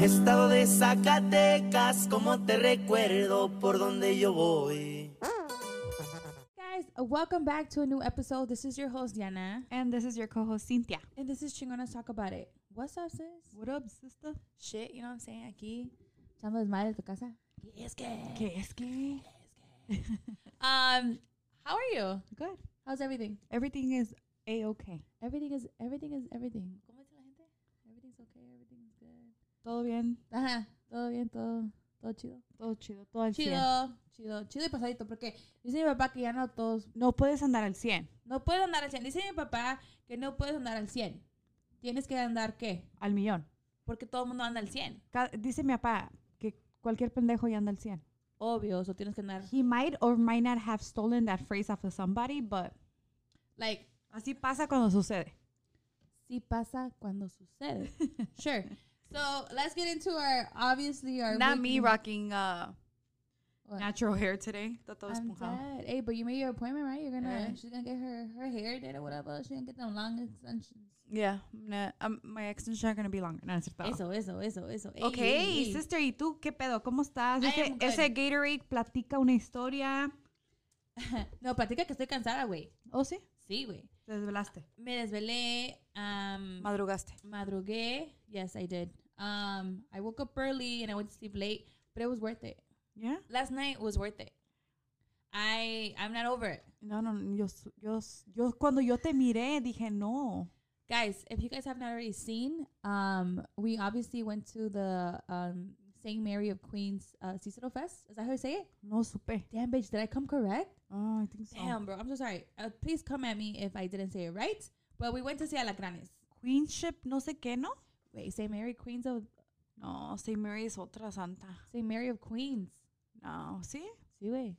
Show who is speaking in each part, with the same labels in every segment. Speaker 1: Estado de Zacatecas, como te recuerdo por donde yo voy.
Speaker 2: Guys, welcome back to a new episode. This is your host Diana,
Speaker 3: And this is your co-host Cynthia.
Speaker 2: and this is Chingonas Talk About It. What's up, sis?
Speaker 3: What up, sister?
Speaker 2: Shit, you know what I'm saying? Aquí, echando desmadre en tu casa. Yes, que.
Speaker 3: ¿Qué es que?
Speaker 2: Um, how are you?
Speaker 3: Good.
Speaker 2: How's everything?
Speaker 3: Everything is a okay.
Speaker 2: Everything is everything is everything. ¿Cómo dice la gente? Everything's okay. Everything's good.
Speaker 3: Todo bien,
Speaker 2: Ajá. Todo bien, todo, todo chido.
Speaker 3: todo chido, todo al
Speaker 2: Chido,
Speaker 3: 100.
Speaker 2: chido, chido y pasadito, porque dice mi papá que ya no todos,
Speaker 3: No puedes andar al 100,
Speaker 2: no puedes andar al 100. Dice mi papá que no puedes andar al 100. Tienes que andar qué?
Speaker 3: al millón.
Speaker 2: Porque todo el mundo anda al 100.
Speaker 3: Ca- dice mi papá que cualquier pendejo ya anda al 100.
Speaker 2: Obvio, so tienes que andar.
Speaker 3: He might or might not have stolen that phrase off of somebody, but
Speaker 2: Like,
Speaker 3: así pasa cuando sucede.
Speaker 2: sí pasa cuando sucede. sure. So, let's get into our, obviously, our. weekly-
Speaker 3: rocking uh,
Speaker 2: What?
Speaker 3: natural hair today. Está todo
Speaker 2: I'm
Speaker 3: esponjado.
Speaker 2: dead. Hey, but you made your appointment, right? You're gonna
Speaker 3: Eh.
Speaker 2: she's gonna get her her hair did or whatever. She gonna get them long extensions.
Speaker 3: Yeah, nah, um, my extensions are going to be longer. No, no es cierto.
Speaker 2: Eso, eso, eso, eso. Ey,
Speaker 3: Ok,
Speaker 2: ey, ey.
Speaker 3: sister, ¿y tú qué pedo? ¿Cómo estás?
Speaker 2: I
Speaker 3: Ese,
Speaker 2: am good.
Speaker 3: ese Gatorade platica una historia.
Speaker 2: No, platica que estoy cansada, güey.
Speaker 3: ¿Oh, sí?
Speaker 2: Sí, güey.
Speaker 3: Te desvelaste.
Speaker 2: Me desvelé. Um,
Speaker 3: Madrugaste.
Speaker 2: madrugué. Yes, I did. Um, I woke up early and I went to sleep late, but it was worth it.
Speaker 3: ¿Yeah?
Speaker 2: Last night was worth it. I I'm not over it.
Speaker 3: No, no, no, yo, su- yo, su- yo cuando yo te miré dije no.
Speaker 2: guys if you guys have not already seen um we obviously went to the um saint mary of queens uh Cicero fest is that how you say it
Speaker 3: No supe.
Speaker 2: damn bitch did i come correct
Speaker 3: Oh, I think so.
Speaker 2: damn bro i'm so sorry uh, please come at me if i didn't say it right but we went to see alacranes
Speaker 3: Queenship, no sé qué, ¿no?
Speaker 2: wait saint mary queens of
Speaker 3: No, St. Mary es otra santa.
Speaker 2: saint mary of queens
Speaker 3: No, ¿sí? Ah.
Speaker 2: see wait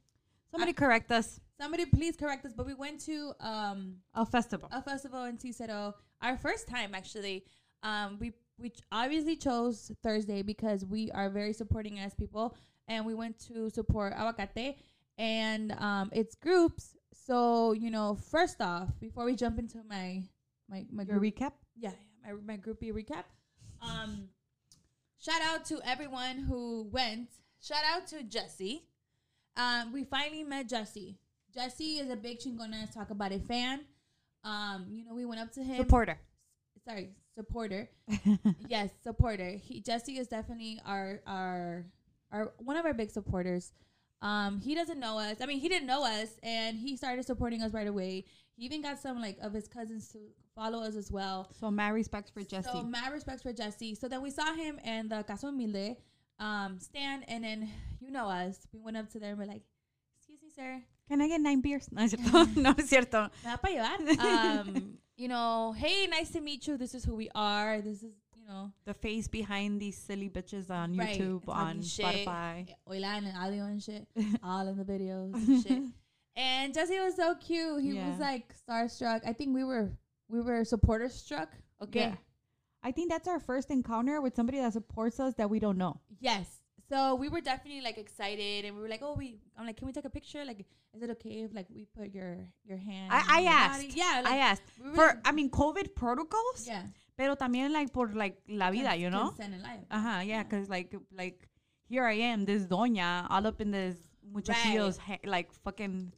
Speaker 3: Somebody correct us.
Speaker 2: somebody please correct us but we went to um
Speaker 3: A festival.
Speaker 2: a festival in Cicero, our first time actually. Um, we we ch- obviously chose Thursday because we are very supporting as people, and we went to support Aguacate and um, its groups. So you know, first off, before we jump into my my my
Speaker 3: Your
Speaker 2: group,
Speaker 3: recap.
Speaker 2: yeah, yeah, my my groupie recap. Um, shout out to everyone who went. Shout out to Jesse. Um, we finally met Jesse. Jesse is a big Chingonas Talk About It fan. Um, you know, we went up to him.
Speaker 3: Supporter.
Speaker 2: Sorry, supporter. yes, supporter. He Jesse is definitely our our our one of our big supporters. Um, he doesn't know us. I mean, he didn't know us, and he started supporting us right away. He even got some like of his cousins to follow us as well.
Speaker 3: So my respects for Jesse.
Speaker 2: So mad respects for Jesse. So then we saw him and the Caso Mile um, stand, and then you know us. We went up to there and we're like, "Excuse me, sir,
Speaker 3: Can I get nine beers? No, es cierto. no, es cierto.
Speaker 2: me da pa llevar?" Um, you know, hey, nice to meet you. This is who we are. This is you know,
Speaker 3: the face behind these silly bitches on
Speaker 2: right,
Speaker 3: YouTube,
Speaker 2: talking
Speaker 3: on
Speaker 2: shit,
Speaker 3: Spotify.
Speaker 2: Oila and audio and shit, all in the videos and shit. And Jesse was so cute. He
Speaker 3: Yeah.
Speaker 2: was like starstruck. I think we were we were supporter struck.
Speaker 3: Okay. I think that's our first encounter with somebody that supports us that we don't know.
Speaker 2: Yes. So we were definitely like excited, and we were like, "Oh, we." I'm like, "Can we take a picture? Like, is it okay if like we put your your hand?"
Speaker 3: I-
Speaker 2: on
Speaker 3: I
Speaker 2: your
Speaker 3: asked.
Speaker 2: body? Yeah, like,
Speaker 3: I asked
Speaker 2: we were
Speaker 3: for,
Speaker 2: like-
Speaker 3: I mean, COVID protocols,
Speaker 2: Yeah.
Speaker 3: pero también like por like la vida, you know?
Speaker 2: Consent and life.
Speaker 3: Uh huh. Yeah,
Speaker 2: Yeah.
Speaker 3: because like like here I am, this doña, all up in this muchachillos, ha- like fucking,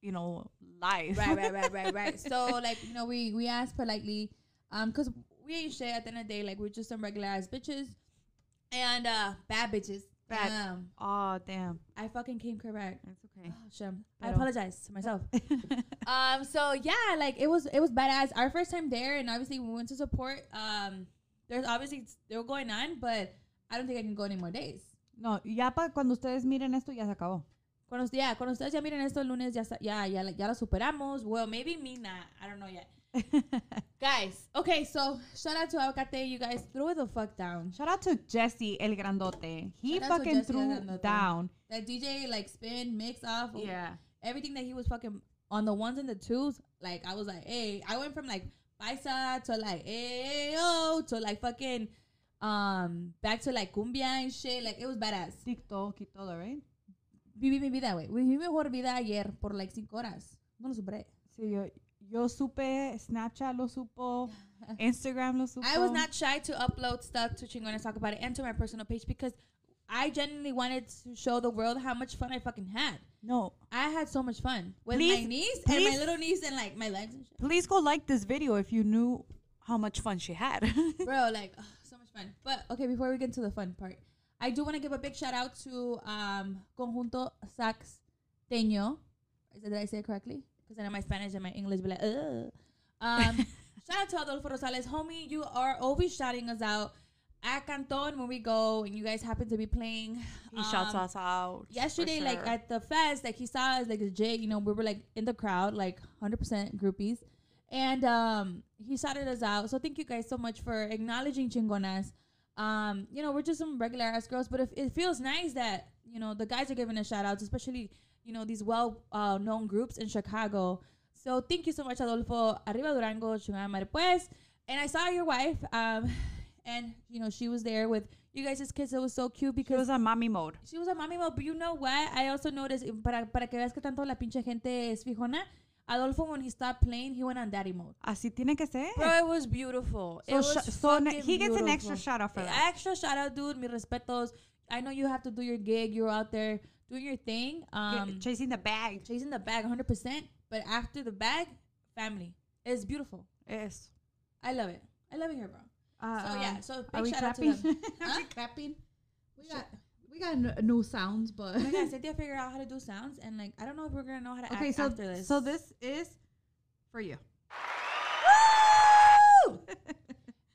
Speaker 3: you know, life.
Speaker 2: right, right, right, right, right. So like, you know, we we asked politely, um, cause we ain't shit at the end of the day. Like, we're just some regular ass bitches, and uh, bad bitches.
Speaker 3: Bad.
Speaker 2: Um,
Speaker 3: oh damn,
Speaker 2: I fucking came correct.
Speaker 3: it's okay.
Speaker 2: Oh, shum. I
Speaker 3: Pero-
Speaker 2: apologize to myself. um so yeah like it was it was badass our first time there and obviously we went to support um there's obviously they were going on but i don't think i can go any more days
Speaker 3: No, ya pa cuando ustedes miren esto ya se acabó.
Speaker 2: cuando, us- yeah, cuando ustedes ya miren esto el lunes ya, sa- ya, ya, ya lo superamos well maybe me not i don't know yet guys okay so shout out to aguacate you guys throw it the fuck down
Speaker 3: Shout out to Jesse El Grandote. He
Speaker 2: Shout out to
Speaker 3: fucking
Speaker 2: Jesse El
Speaker 3: threw
Speaker 2: Grandote. Oh.
Speaker 3: down.
Speaker 2: that dj like spin mix off everything that he was fucking on the ones and the twos, like I was like, hey, I went from like paisa to like ayo to like fucking um back to like cumbia and shit. Like it was badass.
Speaker 3: TikTok y todo, right?
Speaker 2: Viví mi vida, güey. Viví mi mejor vida ayer por like cinco horas. No lo superé.
Speaker 3: Sí, yo, yo supe, Snapchat lo supo, Instagram lo supo.
Speaker 2: I was not shy to upload stuff to Chingones Talk About It and to my personal page because I genuinely wanted to show the world how much fun I fucking had.
Speaker 3: No.
Speaker 2: I had so much fun with my
Speaker 3: Please-
Speaker 2: niece and my
Speaker 3: please-
Speaker 2: little niece and like my legs and shit.
Speaker 3: Please go like this video if you knew how much fun she had.
Speaker 2: Bro, like ugh, so much fun. But okay, before we get into the fun part, I do want to give a big shout out to um Conjunto Saxteño. Is that- Did I say it correctly? Because I know my Spanish and my English be like, ugh. Um, shout out to Adolfo Rosales, homie. You are always shouting us out at Canton when we go, and you guys happen to be playing.
Speaker 3: he shouts
Speaker 2: Um,
Speaker 3: us out. for
Speaker 2: yesterday like
Speaker 3: sure.
Speaker 2: at the fest like he saw us like jay you know we were like in the crowd like 100% groupies and um he shouted us out so thank you guys so much for acknowledging chingonas um you know we're just some regular ass girls but if, it feels nice that you know the guys are giving us shout outs especially you know these well uh, known groups in chicago so thank you so much adolfo arriba durango chingada madre pues and i saw your wife um and you know she was there with you guys' kids it was so cute
Speaker 3: She
Speaker 2: because
Speaker 3: was on mommy mode.
Speaker 2: She was a mommy mode, but you know what? I also noticed, para, para que veas que tanto la pinche gente es fijona, Adolfo, when he stopped playing, he went on daddy mode.
Speaker 3: Así tiene que ser.
Speaker 2: Bro, it was beautiful.
Speaker 3: So
Speaker 2: it was
Speaker 3: sh- so ne-
Speaker 2: fucking
Speaker 3: he gets an extra
Speaker 2: beautiful.
Speaker 3: shout-out for
Speaker 2: Eh,
Speaker 3: that.
Speaker 2: Extra shout out, dude. Mis respetos. I know you have to do your gig. You're out there doing your thing.
Speaker 3: Get-
Speaker 2: Um,
Speaker 3: chasing the bag.
Speaker 2: chasing the bag 100%. But after the bag, family. It's beautiful.
Speaker 3: Yes.
Speaker 2: I love it. I love it here, bro. so, yeah. So,
Speaker 3: Uh-uh.
Speaker 2: big
Speaker 3: are we
Speaker 2: shout out to
Speaker 3: clapping?
Speaker 2: them.
Speaker 4: Are
Speaker 2: Huh?
Speaker 4: we clapping? We got we got no, no sounds, but
Speaker 2: Oh my God, Cynthia figured out how to do sounds, and like I don't know if we're gonna know how to
Speaker 4: okay.
Speaker 2: act
Speaker 4: So
Speaker 2: after this.
Speaker 4: so this is for you.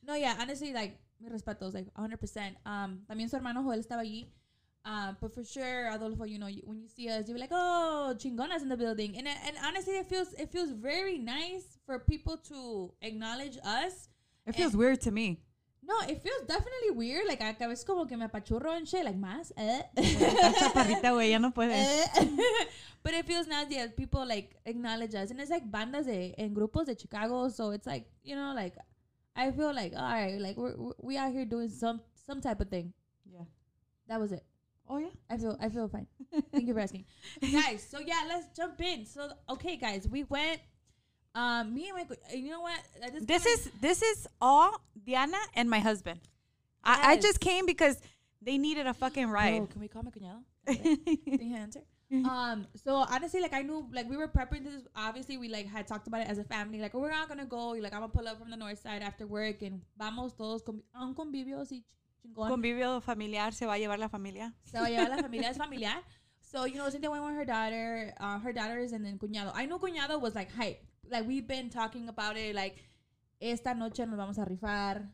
Speaker 2: No, yeah, honestly, like, mi respetos, like, 100%. Um, también su hermano Joel estaba allí. Uh, but for sure, Adolfo, you know, you, when you see us, you're like, oh, chingonas in the building. And, and honestly, it feels it feels very nice for people to acknowledge us.
Speaker 3: It feels
Speaker 2: Eh.
Speaker 3: weird to me.
Speaker 2: No, it feels definitely weird. Like, a cabeza como que me apachurro and shit, like, más. Eh.
Speaker 3: Está chaparrita, güey, ya no puedes.
Speaker 2: Eh. but it feels nice that people, like, acknowledge us. And it's like bandas de, en grupos de Chicago. So it's like, you know, like, I feel like, all right, like, we're, we're- we out here doing some some type of thing.
Speaker 3: Yeah.
Speaker 2: That was it.
Speaker 3: Oh yeah.
Speaker 2: I feel I feel fine. Thank you for asking, guys. So yeah, let's jump in. So okay, guys, we went. Um, me and my co- you know what? I just
Speaker 3: This
Speaker 2: kinda-
Speaker 3: is this is all Diana and my husband. I, I
Speaker 2: Yes.
Speaker 3: just came because they needed a fucking
Speaker 2: Bro,
Speaker 3: ride.
Speaker 2: can we call my cuñado? Think I answer? Um, so honestly, like I knew, like we were prepping this. Obviously, we like had talked about it as a family. Like oh, we're not gonna go. Like I'm gonna pull up from the north side after work and vamos todos con a un convivio así chingón.
Speaker 3: Convivio familiar se va a llevar la familia.
Speaker 2: Se va a llevar la familia, es familiar. So, you know, Cynthia went with her daughter, uh, her daughters, and then Cuñado. I know Cuñado was like hype. Like, we've been talking about it, like, esta noche nos vamos a rifar.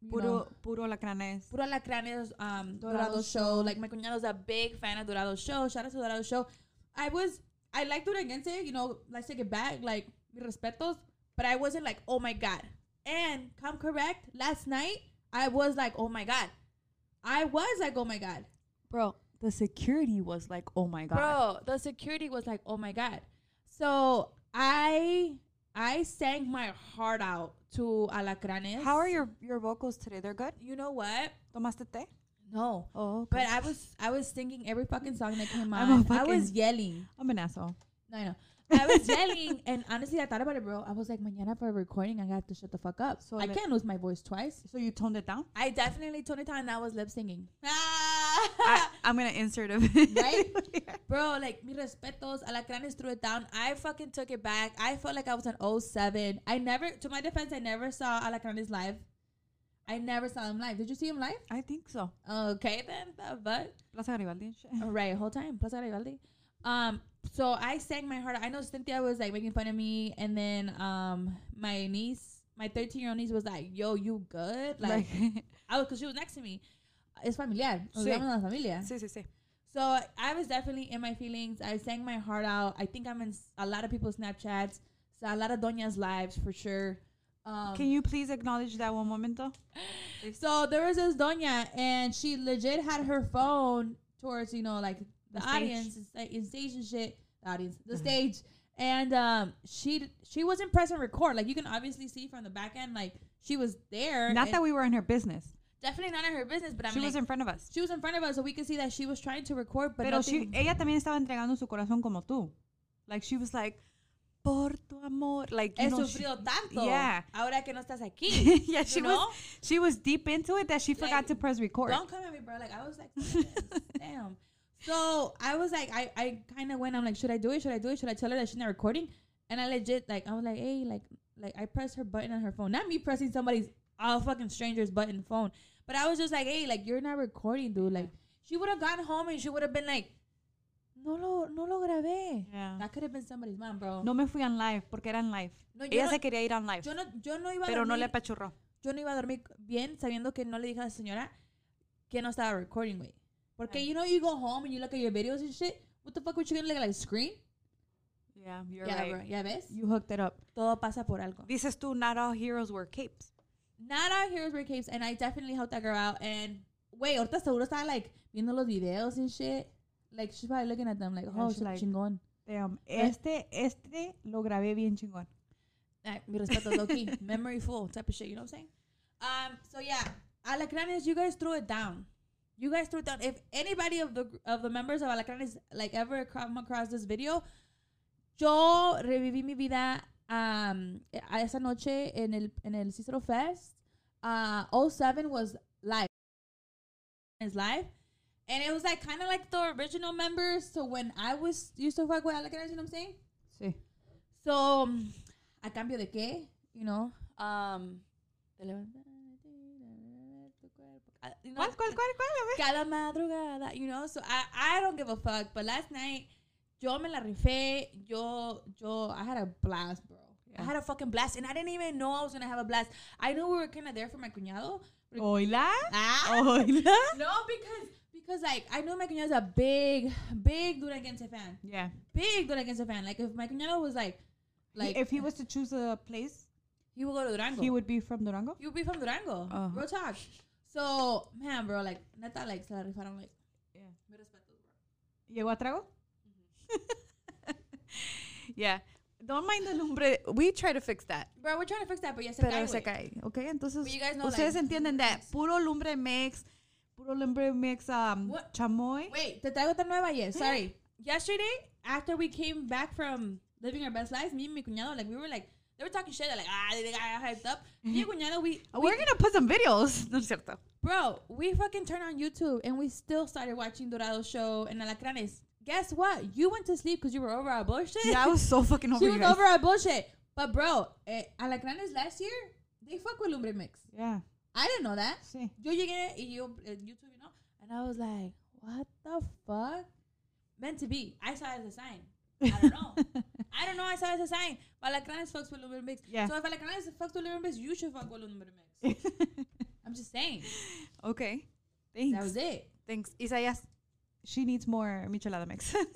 Speaker 2: you
Speaker 3: Puro
Speaker 2: know.
Speaker 3: puro lacranes.
Speaker 2: Puro Alacranes um, Dorado,
Speaker 4: Dorado
Speaker 2: Show. Like, my cuñado's a big fan of Dorado Show. Shout out to Dorado Show. I was, I liked what against it, you know, let's take it back, like, mi respetos, but I wasn't like, oh my God. And come correct, last night, I was like, oh my God. I was like, oh my God.
Speaker 3: Bro, the security was like, oh my god.
Speaker 2: Bro, the security was like, "Oh my god." So, I I sang my heart out to Alacranes.
Speaker 3: How are your your vocals today? They're good.
Speaker 2: You know what?
Speaker 3: Tomaste té?
Speaker 2: No.
Speaker 3: Oh, okay.
Speaker 2: But I was I was singing every fucking song that came
Speaker 3: I'm a
Speaker 2: on. I was
Speaker 3: fucking-
Speaker 2: yelling.
Speaker 3: I'm an asshole.
Speaker 2: No, no. I was yelling and honestly I thought about it, bro. I was like, mañana for recording, I have to shut the fuck up. So
Speaker 3: So
Speaker 2: I
Speaker 3: let-
Speaker 2: can't lose my voice twice.
Speaker 3: So you toned it down?
Speaker 2: I definitely toned it down and I was lip singing.
Speaker 3: I, I'm gonna insert a video.
Speaker 2: Right? Bro, like, mi respetos. Alacranes threw it down. I fucking took it back. I felt like I was an 07. I never, to my defense, I never saw Alacranes live. I never saw him live. Did you see him live?
Speaker 3: I think so.
Speaker 2: Okay, then. The fuck?
Speaker 3: Plaza Garibaldi and shit.
Speaker 2: All right, whole time. Plus Garibaldi. Um, so I sang my heart out. I know Cynthia was like making fun of me, and then um, my niece, my 13 year old niece, was like, "Yo, you good?" Like, I was, cause she was next to me. It's familiar. Nos
Speaker 3: Sí.
Speaker 2: llaman la familia.
Speaker 3: sí, sí, sí.
Speaker 2: So I was definitely in my feelings. I sang my heart out. I think I'm in s- a lot of people's Snapchats, so a lot of Doña's lives for sure. Um,
Speaker 3: Can you please acknowledge that one moment though?
Speaker 2: so there was this Doña, and she legit had her phone towards you know like the,
Speaker 3: The stage. Mm-hmm.
Speaker 2: audience, and sta- and stage and shit, the audience, the stage, and um, she d- she wasn't present record. Like you can obviously see from the back end, like she was there.
Speaker 3: Not
Speaker 2: and
Speaker 3: that we were in her business.
Speaker 2: definitely not in her business, but I
Speaker 3: she
Speaker 2: mean,
Speaker 3: was in front of us.
Speaker 2: she was in front of us, so we could see that she was trying to record, but
Speaker 3: Pero she, eh,
Speaker 2: nothing-
Speaker 3: ella también estaba entregando su corazón como tú. Like she was like, por tu amor. Like, you
Speaker 2: He
Speaker 3: know, she-
Speaker 2: sufrido eh, tanto.
Speaker 3: Yeah.
Speaker 2: Ahora que no estás aquí.
Speaker 3: yeah, she
Speaker 2: you
Speaker 3: was
Speaker 2: know?
Speaker 3: she was deep into it that she forgot
Speaker 2: Like,
Speaker 3: to press record.
Speaker 2: Don't come at me, bro. Like I was like, "Yes, damn. So I was like, I, I kind of went. I'm like, should I do it? Should I do it? Should I tell her that she's not recording? And I legit like, I was like, hey, like, like I pressed her button on her phone, not me pressing somebody's all fucking stranger's button phone. But I was just like, hey, like you're not recording, dude. Like she would have gone home and she would have been like, no lo, no lo grabé.
Speaker 3: Yeah.
Speaker 2: That could have been somebody's mom, bro.
Speaker 3: No me fui on live porque era en live.
Speaker 2: No, yo
Speaker 3: Ella
Speaker 2: no-
Speaker 3: se quería ir on live,
Speaker 2: Yo no, yo no iba a
Speaker 3: pero no
Speaker 2: dormir-
Speaker 3: le pachurró.
Speaker 2: yo no iba a dormir bien sabiendo que no le dije a la señora que no estaba recording, güey. Porque,
Speaker 3: Right.
Speaker 2: you know, you go home and you look at your videos and shit. What the fuck would you gonna look at, like, screen?
Speaker 3: Yeah, you're
Speaker 2: Yeah,
Speaker 3: right.
Speaker 2: bro. Ya ves?
Speaker 3: You hooked it up.
Speaker 2: Todo pasa por algo.
Speaker 3: Dices tú, not all heroes wear capes.
Speaker 2: Not our heroes wear capes, and I definitely helped that girl out. And, wait, ahorita seguro estaba, like, viendo los videos and shit. Like, she's probably looking at them like,
Speaker 3: Yeah,
Speaker 2: oh,
Speaker 3: she's
Speaker 2: she's
Speaker 3: like-
Speaker 2: chingón.
Speaker 3: Damn,
Speaker 2: Eh.
Speaker 3: este este lo grabé bien chingón. "Ah,
Speaker 2: Ay, mi respeto, Loki. Memory full type of shit, you know what I'm saying? Um, so yeah, Alacranes, you guys threw it down. You guys threw it down. If anybody of the gr- of the members of Alacranes like ever come across this video, yo reviví mi vida um a esa noche en el en el Cicero Fest. Uh, 07 was live. Is live. And it was like kind of like the original members. So when I was used to fuck with Alacranes, you know what I'm saying?
Speaker 3: Sí.
Speaker 2: So, mm, a cambio de qué, you know, um, te levantas, tu cuerpo, ah, you know,
Speaker 3: ¿Cuál, cuál, cuál, cuál? A ver.
Speaker 2: Cada madrugada, you know, so I, I don't give a fuck, but last night, yo me la rifé, yo, yo, I had a blast, bro. I
Speaker 3: Yeah.
Speaker 2: had a fucking blast, and I didn't even know I was gonna have a blast. I knew we were kind of there for my cuñado. Porque-
Speaker 3: Hola.
Speaker 2: Ah!
Speaker 3: Hola.
Speaker 2: No, because, because, like, I know my cuñado's a big, big Duranguense fan.
Speaker 3: Yeah.
Speaker 2: Big Duranguense fan. Like, if my cuñado was, like, like, eh.
Speaker 3: if he was to choose a place,
Speaker 2: he would go to Durango.
Speaker 3: he would be from Durango.
Speaker 2: You be from Durango.
Speaker 3: Uh-huh.
Speaker 2: Real talk. So, man, bro, like, neta, like, se la rifaron, like,
Speaker 3: Yeah.
Speaker 2: me respeto, bro.
Speaker 3: ¿Llegó a trago?
Speaker 2: Mm-hmm.
Speaker 3: yeah. Don't mind the lumbre. We try to fix that.
Speaker 2: Bro, we're trying to fix that, but ya se
Speaker 3: Pero
Speaker 2: cae,
Speaker 3: se
Speaker 2: güey.
Speaker 3: cae. Ok, entonces
Speaker 2: But you guys know,
Speaker 3: ustedes
Speaker 2: like,
Speaker 3: entienden that.
Speaker 2: lumbre
Speaker 3: Puro lumbre mix. Puro lumbre mix um,
Speaker 2: What?
Speaker 3: chamoy.
Speaker 2: Wait, te traigo otra nueva, yes.
Speaker 3: Mm-hmm.
Speaker 2: Sorry. Yesterday, after we came back from living our best lives, me and mi cuñado, like, we were like, they were talking shit, like, ah, they got hyped up. Me and cuñado, we,
Speaker 3: Oh, We're gonna put some videos. No es cierto.
Speaker 2: bro, we fucking turned on YouTube and we still started watching Dorado show and Alacranes. Guess what? You went to sleep because you were over our bullshit.
Speaker 3: Yeah, I was so fucking over
Speaker 2: She
Speaker 3: you
Speaker 2: was
Speaker 3: guys.
Speaker 2: over our bullshit. But bro, eh, Alacranes last year, they fuck with Lumbre Mix.
Speaker 3: Yeah,
Speaker 2: I didn't know that.
Speaker 3: sí.
Speaker 2: Yo llegué y yo, eh, YouTube, you know, and I was like, what the fuck? Meant to be. I saw it as a sign. I don't know. I don't know. I saw it as a sign. But Alacranes fucks with Lumbre Mix.
Speaker 3: Yeah.
Speaker 2: So if Alacranes fucks with Lumbre Mix, you should fuck with Lumbre Mix. I'm just saying.
Speaker 3: okay.
Speaker 2: That was
Speaker 3: Thanks.
Speaker 2: it.
Speaker 3: Thanks. Isaías, she needs more michelada mix.
Speaker 2: That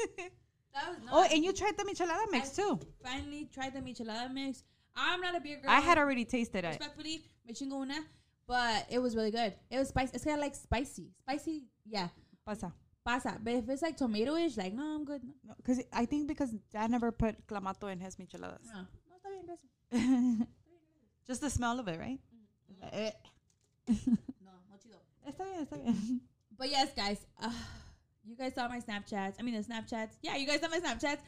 Speaker 2: was, no,
Speaker 3: oh,
Speaker 2: I
Speaker 3: and you tried the michelada mix
Speaker 2: I-
Speaker 3: too.
Speaker 2: finally tried the michelada mix. I'm not a beer girl.
Speaker 3: I had already tasted it.
Speaker 2: respectfully, me chingo una, but it was really good. It was spicy. It's kind of like spicy, spicy. Yeah,
Speaker 3: Pasa.
Speaker 2: pasa. But if it's like tomatoish, like no, I'm good. No,
Speaker 3: No, cause I think because Dad never put clamato in his micheladas.
Speaker 2: no, no está bien, gracias.
Speaker 3: Just the smell of it, right?
Speaker 2: Mm-hmm.
Speaker 3: Eh.
Speaker 2: No, no chido.
Speaker 3: Está bien, está bien.
Speaker 2: But yes, guys, uh, you guys saw my Snapchats. I mean, the Snapchats. Yeah, you guys saw my Snapchats,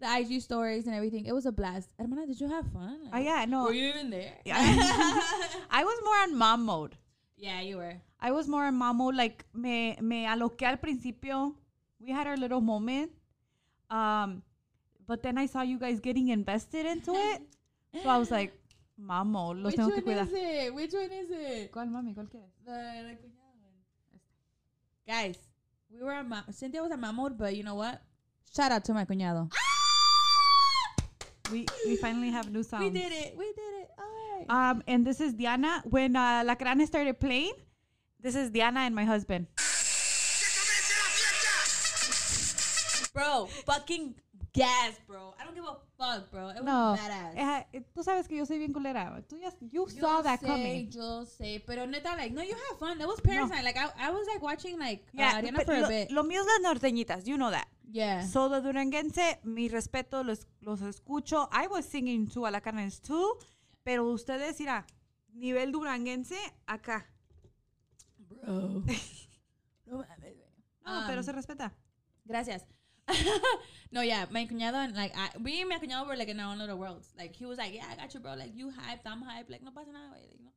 Speaker 2: the IG stories and everything. It was a blast. Hermana, did you have fun?
Speaker 3: Oh yeah, no.
Speaker 2: Were you even there?
Speaker 3: Yeah. I was more on mom mode.
Speaker 2: yeah, you were.
Speaker 3: I was more on mom mode. Like me, me aloqué al principio. We had our little moment, um, but then I saw you guys getting invested into it, so I was like, mom mode. Los
Speaker 2: Which
Speaker 3: tengo
Speaker 2: one
Speaker 3: que cuidar.
Speaker 2: is it? Which one is it?
Speaker 3: ¿Cuál mami? ¿Cuál qué?
Speaker 2: The, la cuñada one. Guys, we were a ma- Cynthia was a mamor, but you know what? Shout out to my cuñado.
Speaker 3: We we finally have new sounds.
Speaker 2: We did it. We did it. All right.
Speaker 3: Um, and this is Diana. When uh, La Crane started playing, this is Diana and my husband.
Speaker 2: bro, fucking gas, bro. I don't give a fuck, bro. It was
Speaker 3: No,
Speaker 2: Oh, badass.
Speaker 3: eh, eh, tú sabes que yo soy bien culera. Tú ya, you saw that
Speaker 2: say,
Speaker 3: coming.
Speaker 2: Yo say, pero neta, like, no, you have fun. That was parents' night. Like, I, I was like watching like uh, Ariana Ah.
Speaker 3: but
Speaker 2: for
Speaker 3: lo,
Speaker 2: a bit.
Speaker 3: lo mío es las norteñitas. You know that.
Speaker 2: yeah.
Speaker 3: So the duranguense, mi respeto, los, los escucho. I was singing to Alacanes too, pero ustedes irá nivel duranguense acá.
Speaker 2: bro. no mames, güey.
Speaker 3: No, pero
Speaker 2: Um,
Speaker 3: se respeta.
Speaker 2: Gracias. no, yeah, my cuñado and like I, we and my cuñado were like in our own little worlds. Like he was like, yeah, I got you, bro. Like you hyped, I'm hyped. Like no pasa nada, güey. Like, no.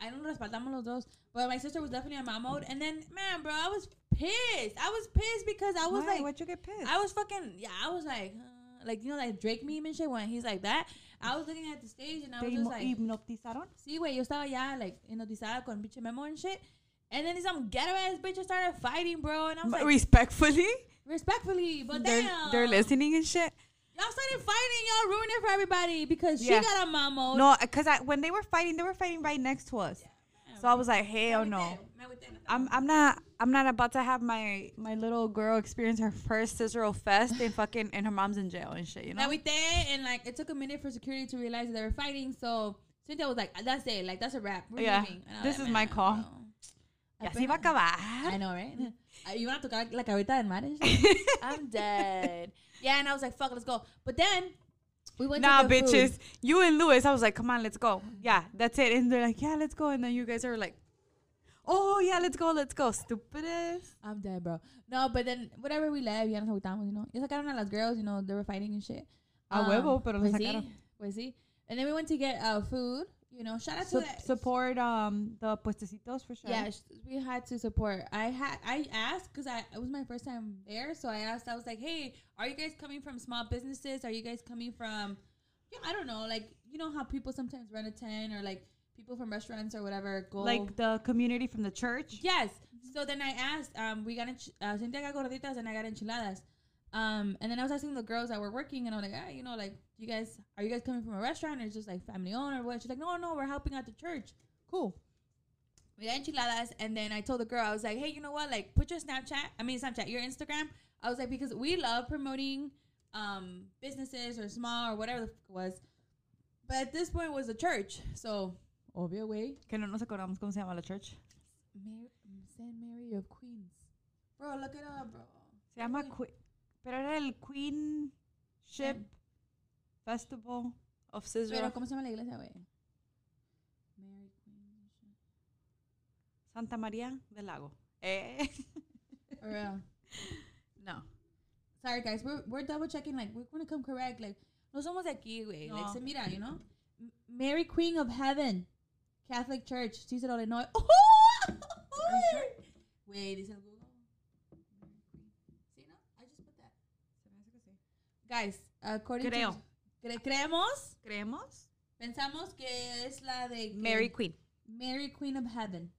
Speaker 2: I don't respaldamos los dos. But my sister was definitely on my mode. And then, man, bro, I was pissed. I was pissed because I was
Speaker 3: Why?
Speaker 2: like,
Speaker 3: what you get pissed?
Speaker 2: I was fucking yeah. I was like, uh, like you know, like Drake meme and shit. When he's like that, I was looking at the stage and I
Speaker 3: Te
Speaker 2: was just
Speaker 3: hipno-
Speaker 2: like,
Speaker 3: hipnotizaron.
Speaker 2: sí, güey, yo estaba ya like hipnotizada con pinche memo and shit. And then some ghetto ass bitch just started fighting, bro. And I was like,
Speaker 3: Respectfully,
Speaker 2: respectfully, but
Speaker 3: they're,
Speaker 2: damn,
Speaker 3: they're listening and shit.
Speaker 2: Y'all started fighting. Y'all ruined it for everybody because
Speaker 3: Yeah.
Speaker 2: she got on my mode.
Speaker 3: No, because I, when they were fighting, they were fighting right next to us. So I was like, hell
Speaker 2: Me
Speaker 3: no. Ah,
Speaker 2: with that, me with that.
Speaker 3: I'm I'm not I'm not about to have my my little girl experience her first Cicero fest and fucking and her mom's in jail and shit. You
Speaker 2: Now
Speaker 3: know.
Speaker 2: we there, and like it took a minute for security to realize that they were fighting. So Cynthia was like, "That's it, like that's a wrap. We're
Speaker 3: Yeah.
Speaker 2: leaving." And I was
Speaker 3: This
Speaker 2: like,
Speaker 3: is my
Speaker 2: "Man,
Speaker 3: call."
Speaker 2: bro."
Speaker 3: Y así va a acabar.
Speaker 2: I know, right? Uh, you want to tocar like ahorita en Mares? I'm dead. Yeah, and I was like, "Fuck, let's go." But then we went.
Speaker 3: Nah,
Speaker 2: to get
Speaker 3: bitches.
Speaker 2: Food.
Speaker 3: You and Lewis. I was like, come on, let's go. Yeah, that's it. And they're like, yeah, let's go. And then you guys are like, oh yeah, let's go, let's go. Stupidest.
Speaker 2: I'm dead, bro. No, but then whatever we left, ya nos agüitamos, you know. Ya sacaron a las girls, you know, they were fighting and shit. Um,
Speaker 3: A huevo, pero lo
Speaker 2: pues sí,
Speaker 3: sacaron.
Speaker 2: pues sí. And then we went to get uh, food. You know, shout out to
Speaker 3: Sup-
Speaker 2: the,
Speaker 3: support um the puestecitos for sure.
Speaker 2: Yeah, sh- we had to support. I had I asked because I it was my first time there, so I asked. I was like, "Hey, are you guys coming from small businesses? Are you guys coming from, yeah, I don't know, like you know how people sometimes run a tent or like people from restaurants or whatever go
Speaker 3: Like the community from the church.
Speaker 2: yes." So then I asked. Um, we got ench- uh, Cynthia got gorditas and I got enchiladas. Um, and then I was asking the girls that were working, and I was like, ah, you know, like you guys are you guys coming from a restaurant or just like family owned or what? She's like, no, no, we're helping out the church.
Speaker 3: Cool.
Speaker 2: We got enchiladas, and then I told the girl, I was like, hey, you know what? Like, put your Snapchat, I mean, Snapchat, your Instagram. I was like, because we love promoting um, businesses or small or whatever the fuck it was. But at this point, it was a church. So, obvio way.
Speaker 3: Que no nos acordamos cómo se llama la church.
Speaker 2: Mary, Saint Mary of Queens. Bro, look it up, bro.
Speaker 3: Se llama
Speaker 2: Queen-
Speaker 3: Que- pero era el Queen Ship
Speaker 2: Em.
Speaker 3: Festival of
Speaker 2: Pero,
Speaker 3: Cicero.
Speaker 2: ¿cómo se llama la iglesia, güey? Mary Queen.
Speaker 3: Santa María del Lago. Eh.
Speaker 2: For real.
Speaker 3: No.
Speaker 2: uh, Sorry, guys. We're, we're double checking. Like, we're going to come correct. Like, no somos de aquí, güey.
Speaker 3: No.
Speaker 2: Like, se mira, you know? M- Mary Queen of Heaven. Catholic Church. Cicero, Illinois. Oh! Wait, is it Google? See, no? I just put that. Guys, according
Speaker 3: Creo.
Speaker 2: to... Cre- creemos,
Speaker 3: Creemos.
Speaker 2: pensamos que es la de... que-
Speaker 3: Mary Queen.
Speaker 2: Mary Queen of Heaven.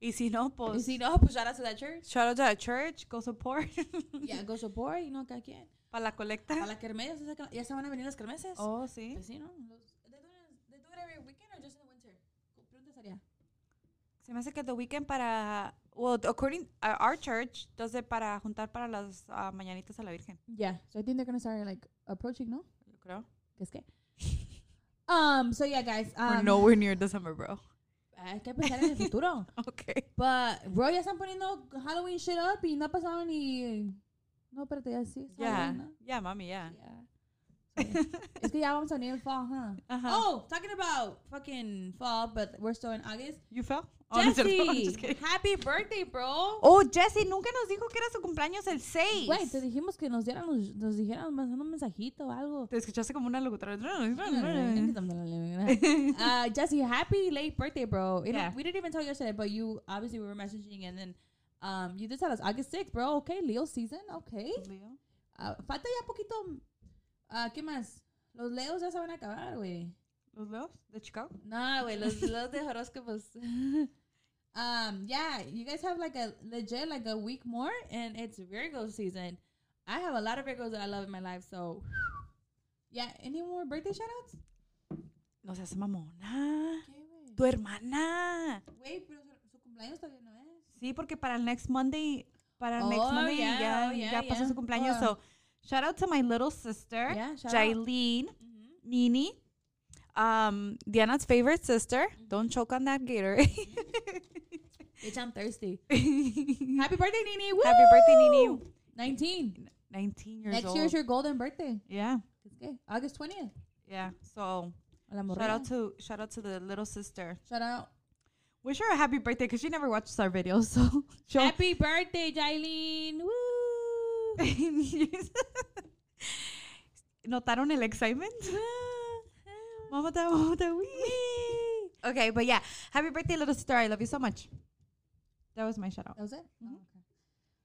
Speaker 3: Y si no, pues.
Speaker 2: You see, no, pues shout out to that church.
Speaker 3: Shout out to the church. Go support.
Speaker 2: Yeah, go support, you know, cada quien.
Speaker 3: Para la colecta.
Speaker 2: Para las kermeses, o sea, que ya se van a venir las kermeses.
Speaker 3: Oh, sí.
Speaker 2: Pues sí, ¿no? Los- they, do it, they do it every weekend or just in the winter? Co- Pregunta sería.
Speaker 3: Se me hace que the weekend para. Well, according uh, our church, does it para juntar para las ah, mañanitas a la Virgen.
Speaker 2: Yeah, so I think they're gonna start like approaching, no?
Speaker 3: Yo creo.
Speaker 2: ¿Qué es qué? Um, so yeah, guys.
Speaker 3: We're
Speaker 2: Um,
Speaker 3: nowhere near December, bro.
Speaker 2: Hay que pensar en el futuro.
Speaker 3: Okay.
Speaker 2: But, bro, ya están poniendo Halloween shit up y no ha pasado ni. No, espérate, ya sí. es
Speaker 3: Yeah.
Speaker 2: Halloween, ¿no?
Speaker 3: Yeah, mommy, yeah.
Speaker 2: Yeah. Sorry. es que ya vamos a venir el fall, huh?
Speaker 3: Uh-huh.
Speaker 2: Oh, talking about fucking fall, but we're still in August.
Speaker 3: You fell? Oh, no, I'm just
Speaker 2: Jesse,
Speaker 3: kidding.
Speaker 2: happy birthday, bro.
Speaker 3: Oh, Jesse nunca nos dijo que era su cumpleaños el 6.
Speaker 2: Güey, te dijimos que nos dieran, los- nos dijeran mandando un mensajito o algo.
Speaker 3: Te escuchaste como una locutora.
Speaker 2: uh, Jesse, happy late birthday, bro. You know,
Speaker 3: Yeah.
Speaker 2: We didn't even tell you yesterday, but you obviously we were messaging and then um, you did tell us August 6th, bro. Okay, Leo season. Okay.
Speaker 3: Leo.
Speaker 2: Uh, falta ya poquito. Uh, ¿Qué más? Los Leos ya se van a acabar, güey.
Speaker 3: ¿Los Leos? ¿De Chicago?
Speaker 2: No, güey, los Leos de horóscopos. um, yeah, you guys have like a legit, like a week more, and it's Virgo season. I have a lot of Virgos that I love in my life, so. Yeah, any more birthday shout outs?
Speaker 3: No seas mamona. Tu hermana.
Speaker 2: Güey, pero su, su cumpleaños todavía no es.
Speaker 3: Sí, porque para el next Monday, para el next
Speaker 2: Oh,
Speaker 3: Monday
Speaker 2: yeah,
Speaker 3: ya,
Speaker 2: oh, yeah,
Speaker 3: ya pasó
Speaker 2: yeah.
Speaker 3: su cumpleaños.
Speaker 2: Oh.
Speaker 3: So, shout out to my little sister,
Speaker 2: Yeah, shout out. Mm-hmm.
Speaker 3: Jailene, Nini, um, Diana's favorite sister.
Speaker 2: Mm-hmm.
Speaker 3: Don't choke on that Gatorade.
Speaker 2: Bitch, I'm thirsty.
Speaker 3: Happy
Speaker 2: Happy birthday, Nini. Woo!
Speaker 3: birthday, Nini.
Speaker 2: 19.
Speaker 3: 19 years
Speaker 2: Next
Speaker 3: old.
Speaker 2: year's your golden birthday.
Speaker 3: yeah,
Speaker 2: Okay, August 20th.
Speaker 3: yeah. So,
Speaker 2: A La
Speaker 3: shout out
Speaker 2: morrilla.
Speaker 3: to shout out to the little sister.
Speaker 2: Shout out.
Speaker 3: wish her a happy birthday because she never watches our videos. So she'll-
Speaker 2: Happy birthday, Jailin. Woo.
Speaker 3: Notaron el excitement? Mama da, mama da, wee. Okay, but yeah, happy birthday, little sister. I love you so much. That was my shout out.
Speaker 4: That was it.
Speaker 3: Mm-hmm.
Speaker 4: Oh, okay.